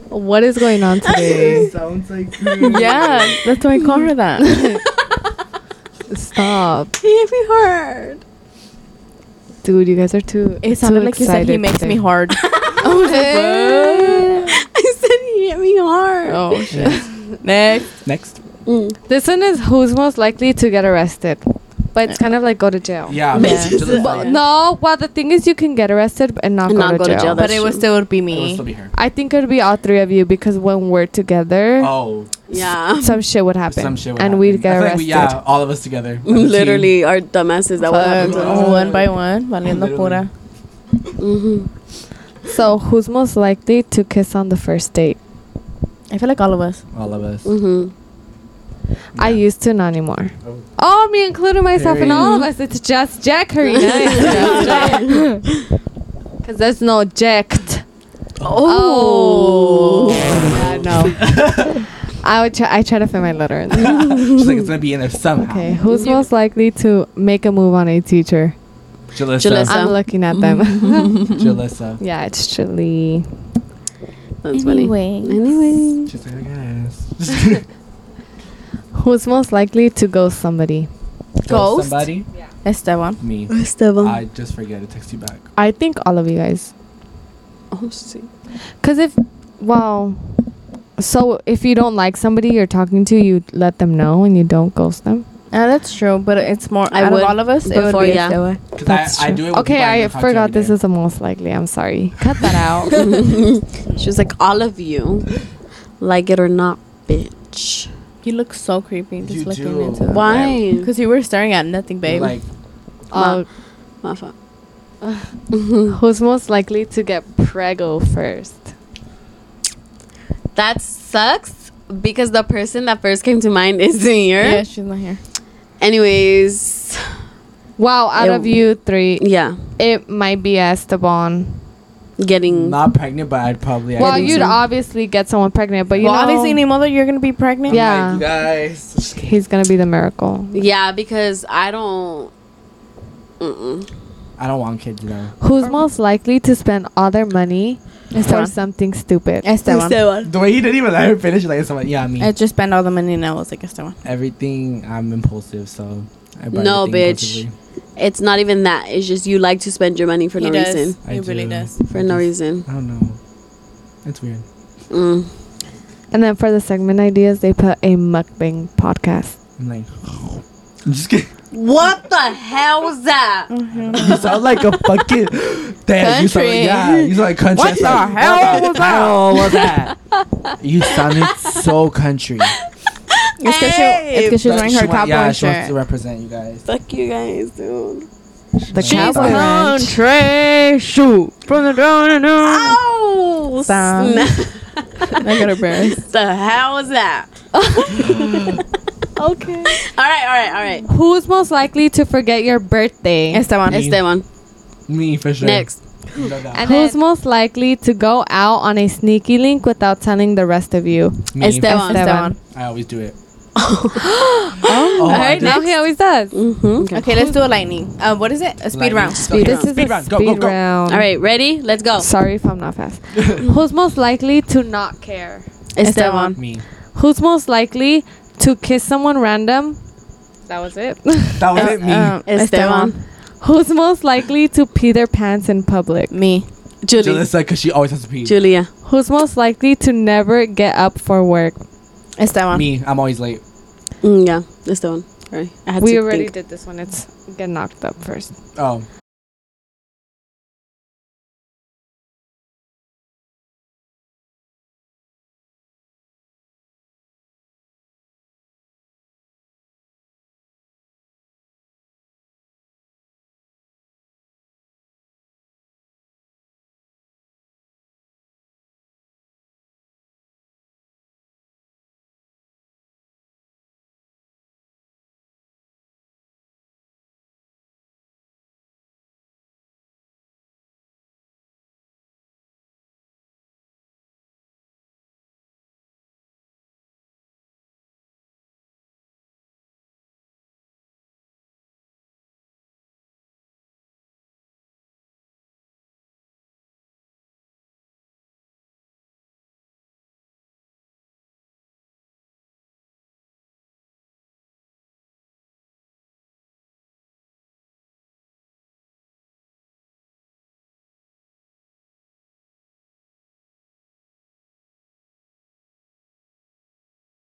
S5: what is going on today?
S1: Sounds like
S2: Yeah, that's why I call her that.
S5: Stop,
S3: He hit me hard.
S5: dude! You guys are too.
S2: It sounded
S5: too
S2: like you said he
S5: excited
S2: makes
S5: today.
S2: me hard.
S3: I said he hit me hard.
S2: oh shit. Next.
S1: Next.
S3: Mm.
S5: This one is who's most likely to get arrested, but it's kind of like go to jail.
S1: Yeah.
S2: Bitches.
S1: bitch. Jalissa.
S3: But-
S5: No, well, the thing is, you can get arrested and not,
S3: And
S5: go,
S3: not
S5: to
S3: go to
S5: jail.
S3: jail.
S2: But
S3: That's
S2: it would
S3: true.
S2: still would be
S1: It will
S2: me.
S1: still be her.
S5: I think it would be all three of you because when we're together,
S1: Oh,
S3: Yeah. Mm,
S5: some shit would happen,
S1: some shit. would
S5: and
S1: happen.
S5: we'd get
S1: I feel like
S5: arrested.
S1: we- yeah, all of us together. as a team.
S3: Literally, our dumbasses that would happen to us.
S1: Oh.
S2: Fuck, one by one, valiendo
S1: Literally.
S2: pura.
S3: Mm-hmm,
S5: So, who's most likely to kiss on the first date?
S2: I feel like all of us.
S1: All of us.
S3: Mm-hmm.
S5: I used to not anymore.
S1: Oh.
S5: Oh, me including myself and all of us. It's just Jack, Karina. Because there's no jacked.
S3: Oh.
S5: Yeah, no. I would. Try, I try to fit my letter in. There.
S1: She's like, it's gonna be in there somehow.
S5: Okay, who's most likely to make a move on a teacher?
S1: Jalissa.
S3: Jalissa.
S5: I'm
S3: So-
S5: looking at them.
S1: Jalissa.
S5: yeah, it's truly.
S3: That's funny. Anyway.
S1: She's like, I guess. Just kidding.
S5: Who's most likely to ghost somebody?
S1: Ghost
S2: Ghost?
S1: Somebody?
S2: Esteban.
S1: Me.
S3: Esteban.
S1: I just forget to text you back.
S5: I think all of you guys.
S3: Oh, shit.
S5: Cause if, well, so if you don't like somebody you're talking to, you let them know and you don't ghost them.
S2: Uh, that's true, but it's more
S3: I
S2: out
S3: would
S2: of all of us. it
S3: before,
S2: would be
S3: yeah.
S2: Esteban.
S1: Because I, I do it with
S5: okay,
S1: people
S5: I
S1: don't talk to
S5: forgot
S1: every
S5: this
S1: day.
S5: is the most likely. I'm sorry. Cut that out.
S3: She was like, all of you, like it or not, bitch.
S2: You look so creepy just
S1: You
S2: looking
S1: do.
S2: into it.
S3: Why?
S2: Because you were staring at nothing, babe.
S1: Like,
S5: Uh,
S3: My fault.
S5: who's most likely to get prego first?
S3: That sucks because the person that first came to mind is Senior.
S2: yeah, she's not here.
S3: Anyways,
S5: Wow, out of
S3: Ew.
S5: you three,
S3: yeah,
S5: it might be Esteban.
S3: getting
S1: not pregnant, but I'd probably. I
S5: Well,
S1: think
S5: you'd
S1: so.
S5: obviously get someone pregnant, but you
S2: well,
S5: know,
S2: obviously, any mother, you're gonna be pregnant.
S1: I'm
S5: yeah.
S1: Like, guys. Just kidding.
S5: he's gonna be the miracle.
S3: yeah because I don't. Mm-mm.
S1: I don't want kids though.
S5: Who's most likely to spend all their monmoney for
S2: Esteban.
S5: something stupid?
S2: Esteban.
S1: The way he didn't even let her finish, like, it's like, yeah, I mean,
S2: I just spent all the money and I was like Esteban.
S1: everything. I'm impulsive, so. I buy
S3: No,
S1: everything
S3: bitch.
S1: impulsively.
S3: it's not even that. It's just you like to spend your money for
S2: he
S3: no
S2: does.
S3: reason.
S1: I
S2: He really
S1: do.
S2: does.
S3: For no reason.
S1: I don't know. It's weird.
S3: Mm.
S5: And then for the segment ideas, they put a mukbang podcast.
S1: I'm like, I'm just kidding.
S3: What the hell was that?
S1: You sound like a fucking damn. You sound
S2: Country.
S1: like, yeah, you sound like country.
S2: What
S1: I sound
S2: the
S1: like,
S2: hell
S1: what the hell was that? you sounded so country.
S2: It's because Hey, she's
S1: But
S2: wearing
S1: she
S2: her
S1: want- yeah,
S2: cowboy
S1: she wants to
S2: shirt.
S1: represent you guys.
S3: Fuck you guys, dude.
S5: The cowboy ranch.
S2: country shoot from the down and down.
S3: Oh,
S2: Sound.
S3: snap.
S2: I got embarrassed.
S3: the hell was that?
S5: Okay.
S3: All right, all right, all right.
S5: Who's most likely to forget your birthday?
S2: Esteban.
S1: Me.
S3: Esteban,
S1: Me for sure.
S3: next.
S1: No doubt.
S5: And who's most likely to go out on a sneaky link without telling the rest of you?
S1: Me.
S3: Esteban.
S2: Esteban.
S1: I always do it.
S5: Oh,
S1: All right,
S5: now he always does.
S3: Mm-hmm.
S2: Okay, let's do a lightning. Uh, what is it? A speed
S1: Lightning.
S2: round.
S3: Speed
S5: this
S3: round.
S5: is
S1: Speed
S5: a
S1: round. Go,
S5: speed
S1: go, go.
S5: round.
S3: All right, ready? Let's go.
S5: Sorry if I'm not fast. who's most likely to not care?
S3: Esteban.
S1: Me.
S5: Who's most likely to kiss someone random? That was it.
S1: That
S3: Uh,
S1: was it. Me.
S2: Um,
S3: Esteban.
S2: Esteban.
S5: who's most likely to pee their pants in public?
S2: Me.
S3: Julie.
S1: Jalissa, because she always has to pee.
S3: Julia.
S5: Who's most likely to never get up for work?
S2: Esteban.
S1: Me. I'm always late.
S3: Mm, yeah, Esteban. All right. I had
S5: we
S3: to
S5: already
S3: think.
S5: did this one. It's get knocked up first.
S1: Oh.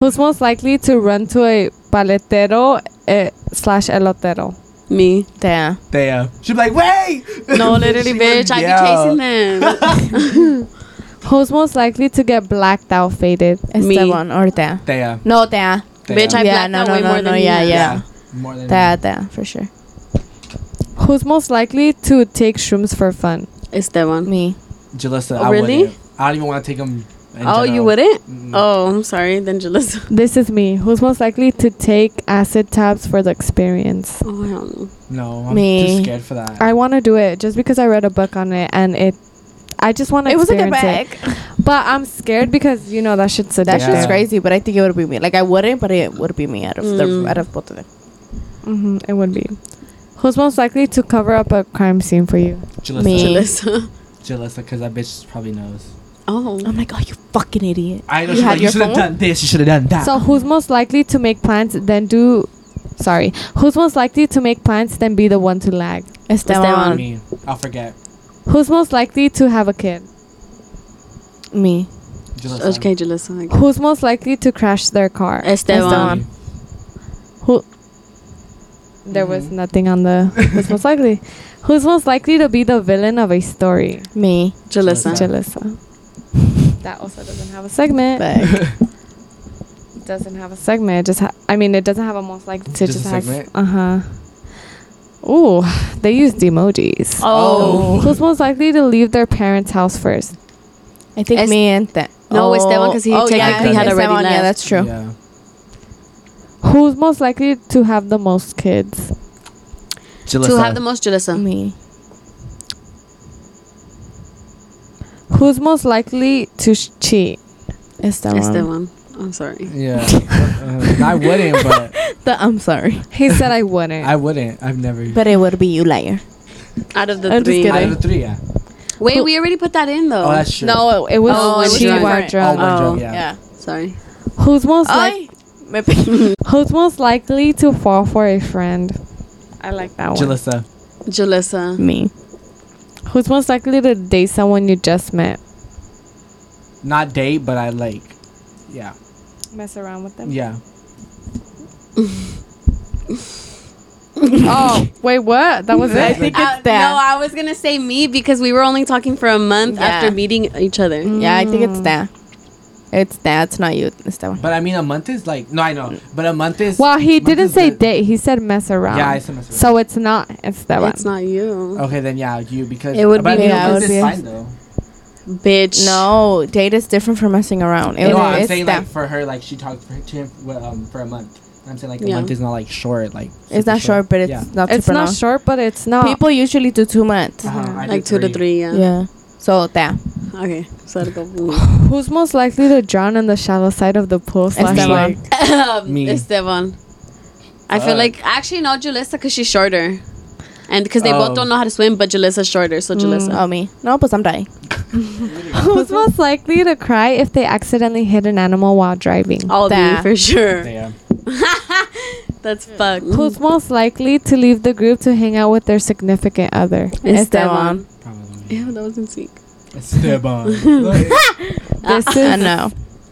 S5: Who's most likely to run to a paletero eh, slash elotero?
S3: Me.
S2: Damn.
S1: Damn. She'd be like, wait!
S3: No, literally,
S1: She
S3: bitch.
S1: would
S3: I
S1: yell.
S3: be chasing them.
S5: Who's most likely to get blacked out faded?
S3: Me.
S2: Esteban or Thea.
S1: Damn.
S2: No, Thea.
S1: Damn.
S3: bitch, I
S2: Yeah,
S3: blacked
S2: no,
S3: out
S2: no,
S3: way
S2: no,
S3: more
S2: no,
S3: than
S2: yeah,
S3: you.
S2: yeah.
S1: More than
S2: Thea, Thea, for sure.
S5: Who's most likely to take shrooms for fun?
S3: Esteban.
S2: Me.
S1: Jalissa,
S3: Oh,
S1: I
S3: really?
S1: wouldn't. I don't even want to take them.
S3: Oh, you wouldn't?
S1: Mm.
S3: Oh, I'm sorry. Then Jalissa.
S5: This is me. Who's most likely to take acid tabs for the experience?
S3: Oh, I don't know.
S1: No, I'm
S2: Me.
S1: too scared for that.
S5: I want to do it just because I read a book on it and it. I just want to.
S2: It was like a
S5: experience
S2: bag.
S5: it. But I'm scared because you know that shit's a
S2: That
S1: Yeah.
S2: shit's crazy, but I think it would be me. Like I wouldn't, but it would be me out of the
S3: Mm.
S2: out of both of them.
S5: hmm it would be. Who's most likely to cover up a crime scene for you?
S1: Jalissa.
S2: Me.
S3: Jalissa.
S1: Jalissa, because that bitch probably knows.
S3: Oh.
S2: I'm like, oh, you fucking idiot.
S1: I know
S2: You
S1: she's
S2: had
S1: like, you
S2: your
S1: should have
S2: phone?
S1: done this, you should have done that.
S5: So who's most likely to make plans then do sorry. Who's most likely to make plans then be the one to lag?
S2: Esteban.
S3: Esteban.
S1: me. I'll forget.
S5: Who's most likely to have a kid?
S2: Me.
S1: Jalissa.
S3: Okay, Jalissa. I guess.
S5: Who's most likely to crash their car?
S2: Eh.
S3: Esteban.
S2: Esteban.
S5: Who There was nothing on the who's most likely. Who's most likely to be the villain of a story?
S2: Me.
S3: Jalissa.
S1: Jalissa.
S5: Jalissa. That also doesn't have a segment.
S2: Bag.
S5: doesn't have a segment. It just ha- I mean, it doesn't have a most likely. It
S1: Just
S5: just
S1: a
S5: has.
S1: segment?
S5: Uh huh. Ooh, they used emojis.
S3: Oh.
S5: Who's most likely to leave their parents' house first?
S2: I think
S3: Es-
S2: me and Thea.
S3: No, Esteban, 'cause he technically
S2: yeah,
S3: had already
S2: Esteban, Yeah,
S3: left.
S2: that's true.
S1: Yeah.
S5: Who's most likely to have the most kids?
S1: Jalissa.
S3: To have the most Jalissa.
S2: Me.
S5: Who's most likely to sh- cheat?
S2: Esteban.
S3: Esteban. I'm sorry.
S1: Yeah. Uh, I wouldn't, but
S2: The- I'm sorry,
S5: He said I wouldn't.
S1: I wouldn't. I've never.
S2: but it would be you, liar.
S3: Out of the
S5: I'm just
S3: three.
S1: Out
S5: kidding.
S1: of the three, yeah.
S3: Wait, we already put that in though.
S1: Oh, that's true.
S5: no, it was
S3: Oh, it was
S5: she
S3: drunk.
S5: while
S1: Oh,
S5: drunk.
S1: one
S3: Oh,
S1: drunk, yeah.
S2: Yeah.
S3: sorry.
S5: Who's most like
S2: I. Maybe.
S5: Who's most likely to fall for a friend?
S2: I like that one.
S1: Jalissa.
S3: Jalissa.
S5: Me. Who's most likely to date someone you just met?
S1: Not date, but I like. Yeah.
S5: Mess around with them.
S1: Yeah.
S5: oh, wait, what? That was
S1: I
S5: it?
S1: think
S3: I- Uh, No, I was gonna say me because we were only talking for a month
S2: Yeah. Mm,
S3: after meeting each other.
S2: Yeah, I think it's that. It's that. It's not you. It's that one.
S1: But I mean, a month is like. No, I know. But a month is.
S5: Well, he
S1: month
S5: didn't
S1: is
S5: say
S1: good.
S5: date. He said mess around.
S1: Yeah, I said mess around.
S5: So it's not. It's that
S3: It's
S5: one.
S3: not you,
S1: Okay, then yeah, you because
S3: It would
S1: but
S3: be-
S1: I mean,
S2: yeah,
S1: a
S2: it
S1: month
S2: would
S1: is
S2: be-
S1: fine though.
S3: bitch.
S2: No, date is different from messing around. It,
S1: no, I'm
S2: it's
S1: saying
S2: that.
S1: like for her, like she talked for, to him well, um, for a month. I'm saying like a
S3: Yeah.
S1: month is not like short, like
S2: it's
S1: super
S2: not short, but it's
S1: Yeah.
S2: not
S5: It's
S2: super
S5: not
S2: long.
S5: short, but it's not.
S2: People usually do two months.
S1: Uh-huh, I
S3: like
S1: do
S3: two to three. Yeah.
S2: Yeah. So that.
S3: Okay. So I'll go.
S5: Who's most likely to drown in the shallow side of the pool? Slash
S2: that one.
S5: lake?
S1: Me.
S3: Esteban. Um, I feel
S1: Fuck.
S3: like actually no Jalissa because she's shorter, and because they
S1: Oh.
S3: both don't know how to swim, but Jalissa's shorter,
S5: Mm.
S3: so Jalissa.
S2: Oh me. No, but I'm dying.
S5: Who's most likely to cry if they accidentally hit an animal while driving?
S3: All
S2: That.
S3: me for sure.
S1: Damn.
S3: That's fucked.
S5: Who's most likely to leave the group to hang out with their significant other?
S2: Esteban.
S1: Probably.
S3: Ew, that wasn't sweet.
S1: Esteban. Like,
S5: This is
S2: I know.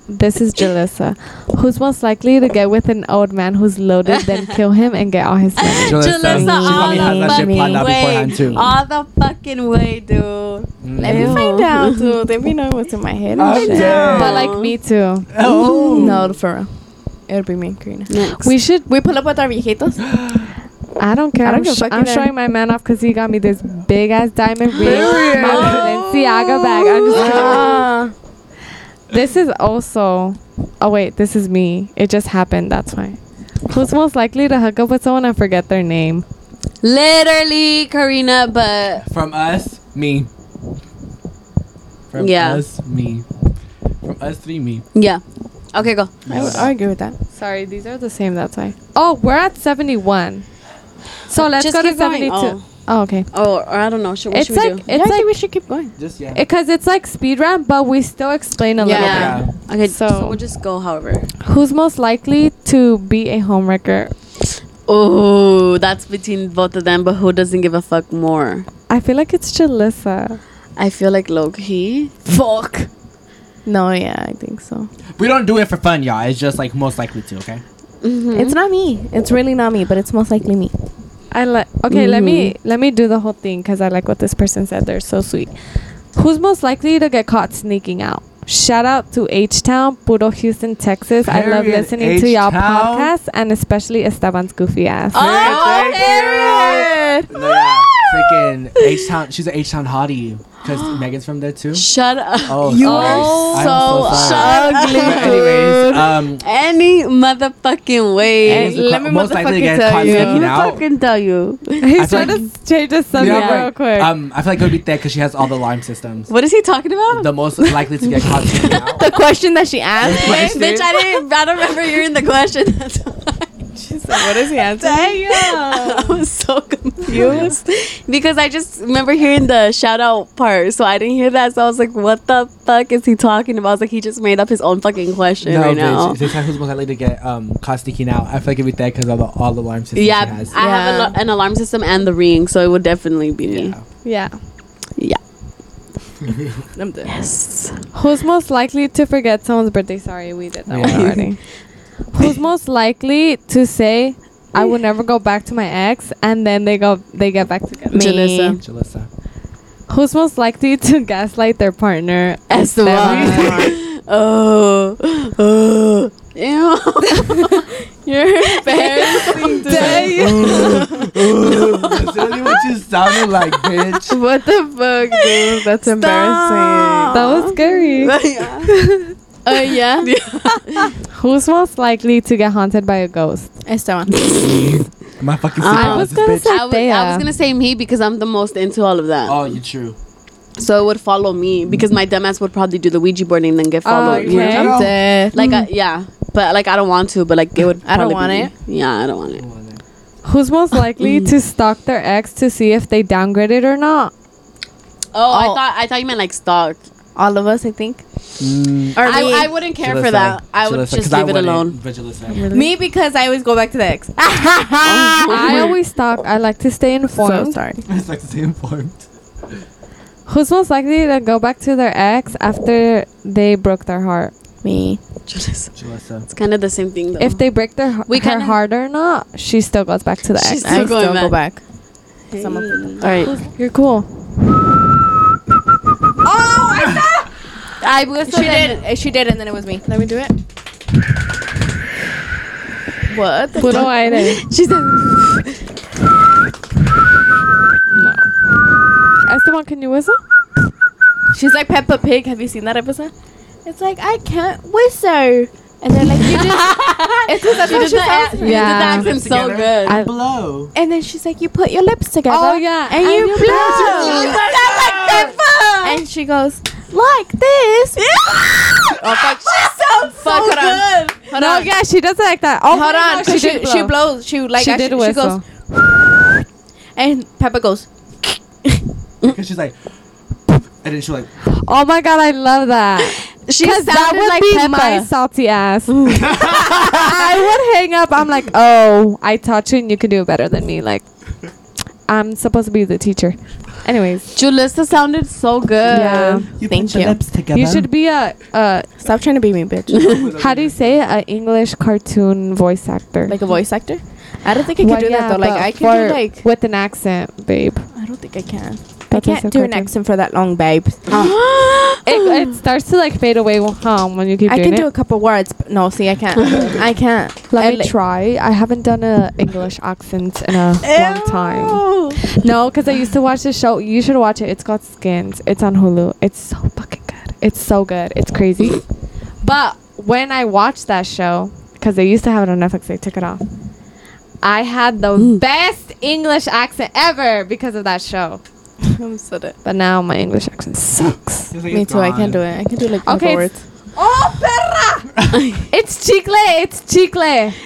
S5: this is Jalissa. Who's most likely to get with an old man who's loaded, then kill him and get all his money?
S1: Jalissa.
S3: Jalissa,
S1: She probably has
S3: all
S1: that
S3: the
S1: shit planned
S3: fucking
S1: out beforehand
S3: way.
S1: too.
S3: All the fucking way, dude.
S2: Let me find out, dude. Let me know what's in my head. and
S1: Oh,
S2: shit.
S1: damn.
S5: But like me too.
S1: Oh.
S2: No, for real. It'll be me and Karina.
S3: Next.
S5: We should.
S2: We pull up with our viejitos.
S5: I don't care.
S2: I
S5: I
S2: don't
S5: am
S2: give a fucking
S5: showing my man off because he got me this big ass diamond ring, my Balenciaga bag. I'm just
S2: Ah.
S5: This is also. Oh wait, this is me. It just happened. That's why. Who's most likely to hook up with someone and forget their name?
S3: Literally, Karina, but
S1: From us, me. From
S3: Yeah.
S1: us, me. From us three, me.
S3: yeah. Okay, go.
S2: I would argue with that.
S5: Sorry, these are the same. That's why. Oh, we're at seventy-one. So let's
S3: Just
S5: go to
S3: keep going. Oh.
S5: seventy-two. Oh. okay.
S3: Oh, or I don't know. Should, what
S5: It's
S3: should we
S5: like
S3: do?
S5: it's like
S2: we should keep going.
S1: Just yeah.
S5: because it's like speed round, but we still explain a little
S1: Yeah.
S5: bit.
S3: Okay, so.
S5: So-
S3: we'll just go. However.
S5: Who's most likely to be a homewrecker?
S3: Oh, that's between both of them. But who doesn't give a fuck more?
S5: I feel like it's Jalissa.
S3: I feel like Loki.
S2: Fuck. No, yeah, I think so.
S1: We don't do it for fun, y'all. It's just like most likely to, okay?
S2: It's not me. It's really not me, but it's most likely me.
S5: I like. Okay, let me
S1: Mm-hmm.
S5: let me do the whole thing because I like what this person said. They're so sweet. Who's most likely to get caught sneaking out? Shout out to H Town, Puro Houston, Texas. I love
S1: Period,
S5: listening to y'all
S1: H-Town.
S5: podcast and especially Esteban's goofy ass.
S1: Oh,
S2: Eh,
S3: period.
S1: No, yeah. Freaking H Town. She's an H Town hottie. Because Megan's from there too.
S3: Shut up.
S1: Oh,
S3: you
S1: sorry.
S3: are so,
S1: I'm so sorry. But
S3: ugly.
S1: anyways, um,
S3: Any motherfucking way.
S1: Hey, let me most likely get
S2: tell
S1: caught
S2: you.
S1: sneaking out.
S3: fucking tell you.
S5: He's
S1: feel
S5: trying to s- change the subject
S1: Yeah.
S5: real quick.
S1: Um, I feel like it would be thick because she has all the alarm systems.
S3: What is he talking about?
S1: The most likely to get caught sneaking out.
S2: The question that she asked.
S3: Bitch, bitch, I didn't. I don't remember hearing the question. That's why.
S2: what is he answering?
S3: I was so confused because I just remember hearing the shout out part, so I didn't hear that. So I was like, "What the fuck is he talking about?" I was like, "He just made up his own fucking question
S1: No,
S3: right now."
S1: bitch. This time who's most likely to get um caught sneaking out. I feel like it'd be thick because of the, all the alarm systems
S3: Yeah,
S1: she has.
S3: I have an,
S2: Yeah.
S3: an alarm system and the ring, so it would definitely be me.
S1: Yeah.
S5: yeah.
S3: Yeah.
S2: I'm dead.
S3: Yes.
S5: Who's most likely to forget someone's birthday? Sorry, we did that
S1: Yeah.
S5: one already. Who's most likely to say, "I will never go back to my ex," and then they go, they get back together?
S2: Me.
S3: Jalissa.
S1: Jalissa.
S5: Who's most likely to gaslight their partner?
S3: Esteban. oh. Oh. Ew.
S5: You're embarrassing. Dang.
S1: That's literally what you sounded like, bitch.
S2: What the fuck, dude? That's embarrassing.
S5: That was scary.
S2: Oh,
S3: Uh,
S2: yeah?
S5: Who's most likely to get haunted by a ghost?
S2: Esteban.
S1: My fucking
S3: I
S1: secret
S5: was
S1: is
S5: gonna
S1: bitch.
S5: say-
S3: I was, I was
S5: Thea.
S3: gonna say me because I'm the most into all of that.
S1: Oh, you true.
S3: So it would follow me because my dumbass would probably do the Ouija board and then get followed.
S5: Okay.
S1: Yeah.
S2: I'm dead.
S3: Like I, yeah, but like I don't want to. But like it would.
S2: I don't
S3: probably
S2: want it.
S3: be me. Yeah, I don't want it.
S5: Who's most likely to stalk their ex to see if they downgraded or not?
S3: Oh, I
S2: Oh.
S3: thought I thought you meant like stalk.
S2: All of us, I think.
S1: Mm,
S2: Or me.
S3: I, I wouldn't care
S1: should
S3: for
S1: aside,
S3: that. I
S1: should
S3: would
S1: aside,
S3: just
S1: 'cause I
S3: leave it
S1: wouldn't,
S3: alone.
S1: but should aside.
S2: me because I always go back to the ex.
S5: I always talk. I like to stay informed.
S2: Oh, so sorry.
S1: It's like the same form.
S5: Who's most likely to go back to their ex after they broke their heart?
S2: Me.
S3: It's
S1: Should aside.
S3: kind of the same thing though.
S5: If they break their
S3: We
S5: we her
S3: kinda-
S5: heart or not, she still goes back to the
S3: She's-
S5: ex.
S3: Still
S2: I
S3: going
S2: still go back. Some of
S3: all right,
S5: You're cool.
S2: Oh,
S3: I was.
S2: She did. She did, and then it was me. Let me do it. What? The
S5: Puro aire.
S3: She said,
S5: No. Esteban, can you whistle?
S2: She's like Peppa Pig. Have you seen that episode? It's like I can't whistle, and they're like you just. it's just that's
S3: she
S2: how
S3: did
S2: she sounds.
S3: the, yeah.
S5: Yeah.
S3: did the accent so
S1: Together.
S3: good.
S5: I-
S1: Blow.
S2: And then she's like, you put your lips together.
S5: Oh, yeah.
S2: and,
S5: And
S2: you,
S5: you
S2: blow.
S5: blow.
S2: You sound like Peppa. And she goes like this. oh fuck! She sounds so
S3: Fuck, hold on.
S2: good. Hold
S5: no,
S2: on.
S5: yeah, she does it like that. Oh
S2: Hold
S5: my
S2: on,
S5: God, she,
S2: she, she,
S5: did blow.
S2: blows. She like
S5: She
S2: actually,
S5: did whistle.
S2: goes, and Peppa goes.
S1: Because she's like, and then she like,
S5: oh my god, I love that.
S3: she
S5: Because that
S3: sounded
S5: would
S3: like
S5: be
S3: Peppa.
S5: my salty ass. I would hang up. I'm like, oh, I taught you, and you can do it better than me. Like, I'm supposed to be the teacher. Anyways,
S3: Julissa sounded so good.
S5: yeah,
S1: you
S2: Thank
S1: put your
S2: you.
S1: lips together.
S5: you should be a uh,
S2: Stop trying to be me, bitch.
S5: how do you say it? a English cartoon voice actor?
S2: like a voice actor. I don't think I can
S5: Well,
S2: do that
S5: yeah,
S2: though. Like
S5: but
S2: I can
S5: for-
S2: do like.
S5: with an accent, babe.
S2: I don't think I can. I
S5: That
S2: can't
S5: doesn't
S2: do an
S5: cartoon.
S2: accent for that long, babe.
S5: It, it starts to like fade away home when you keep
S2: I
S5: doing
S2: can do a
S5: it.
S2: couple words, but no, see, I can't. I can't.
S5: Let
S2: I
S5: me
S2: like-
S5: try. I haven't done a English accent in a long time. No, because I used to watch this show. You should watch it. It's called Skins. It's on Hulu. It's so fucking good. It's so good. It's crazy. but when I watched that show, because they used to have it on Netflix, they took it off. I had the best English accent ever because of that show.
S2: I'm so dead.
S5: But now my English accent sucks.
S1: It's like
S2: Me
S1: it's
S2: too. I
S1: gone.
S2: can't do it. I can do like
S5: Okay,
S2: okay.
S5: it's-
S2: words.
S5: Oh, perra! it's chicle. It's chicle.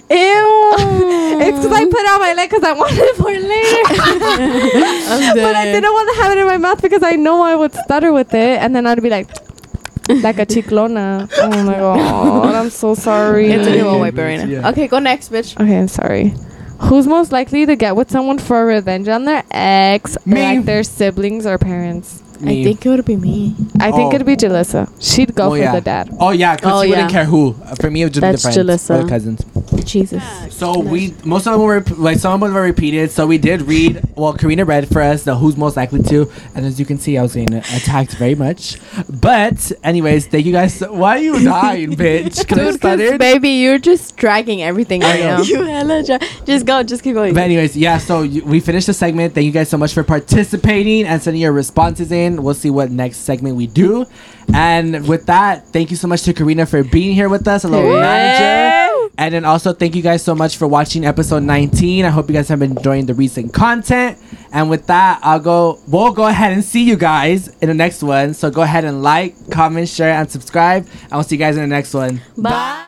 S5: Ew. it's because I put it on my leg because I wanted it for later. but I didn't want to have it in my mouth because I know I would stutter with it and then I'd be like, like a chiclona. Oh my god. I'm so sorry.
S2: It's a new
S1: Yeah,
S2: one wiper right now.
S1: yeah.
S2: Okay, go next, bitch.
S5: Okay, I'm sorry. Who's most likely to get with someone for revenge on their ex,
S1: Me.
S5: like their siblings or parents?
S1: Me.
S2: I think it would be me.
S5: I
S1: Oh.
S5: think it'd be Jalissa. She'd go
S1: Oh,
S5: for
S1: yeah.
S5: the dad.
S1: Oh yeah, because
S3: Oh,
S1: she wouldn't
S3: yeah.
S1: care who. Uh, For me, it would just
S3: That's
S1: be the friends or
S3: Jalissa.
S1: the cousins.
S2: Jesus.
S1: So we most of them were like some of them were repeated. So we did read. Well, Karina read for us the who's most likely to, and as you can see, I was getting attacked very much. But anyways, thank you guys. so- Why are you dying, bitch? Can I
S2: Dude, 'cause
S1: start it?
S2: baby, you're just dragging everything right now.
S3: You hella dry. Just go. Just keep going.
S1: But anyways, yeah. So you, we finished the segment. Thank you guys so much for participating and sending your responses in. We'll see what next segment we do. And with that, thank you so much to Karina for being here with us, a little manager. And then also thank you guys so much for watching episode 19. I hope you guys have been enjoying the recent content. And with that, I'll go. We'll go ahead and see you guys in the next one. So go ahead and like, comment, share, and subscribe. And we'll see you guys in the next one.
S3: Bye.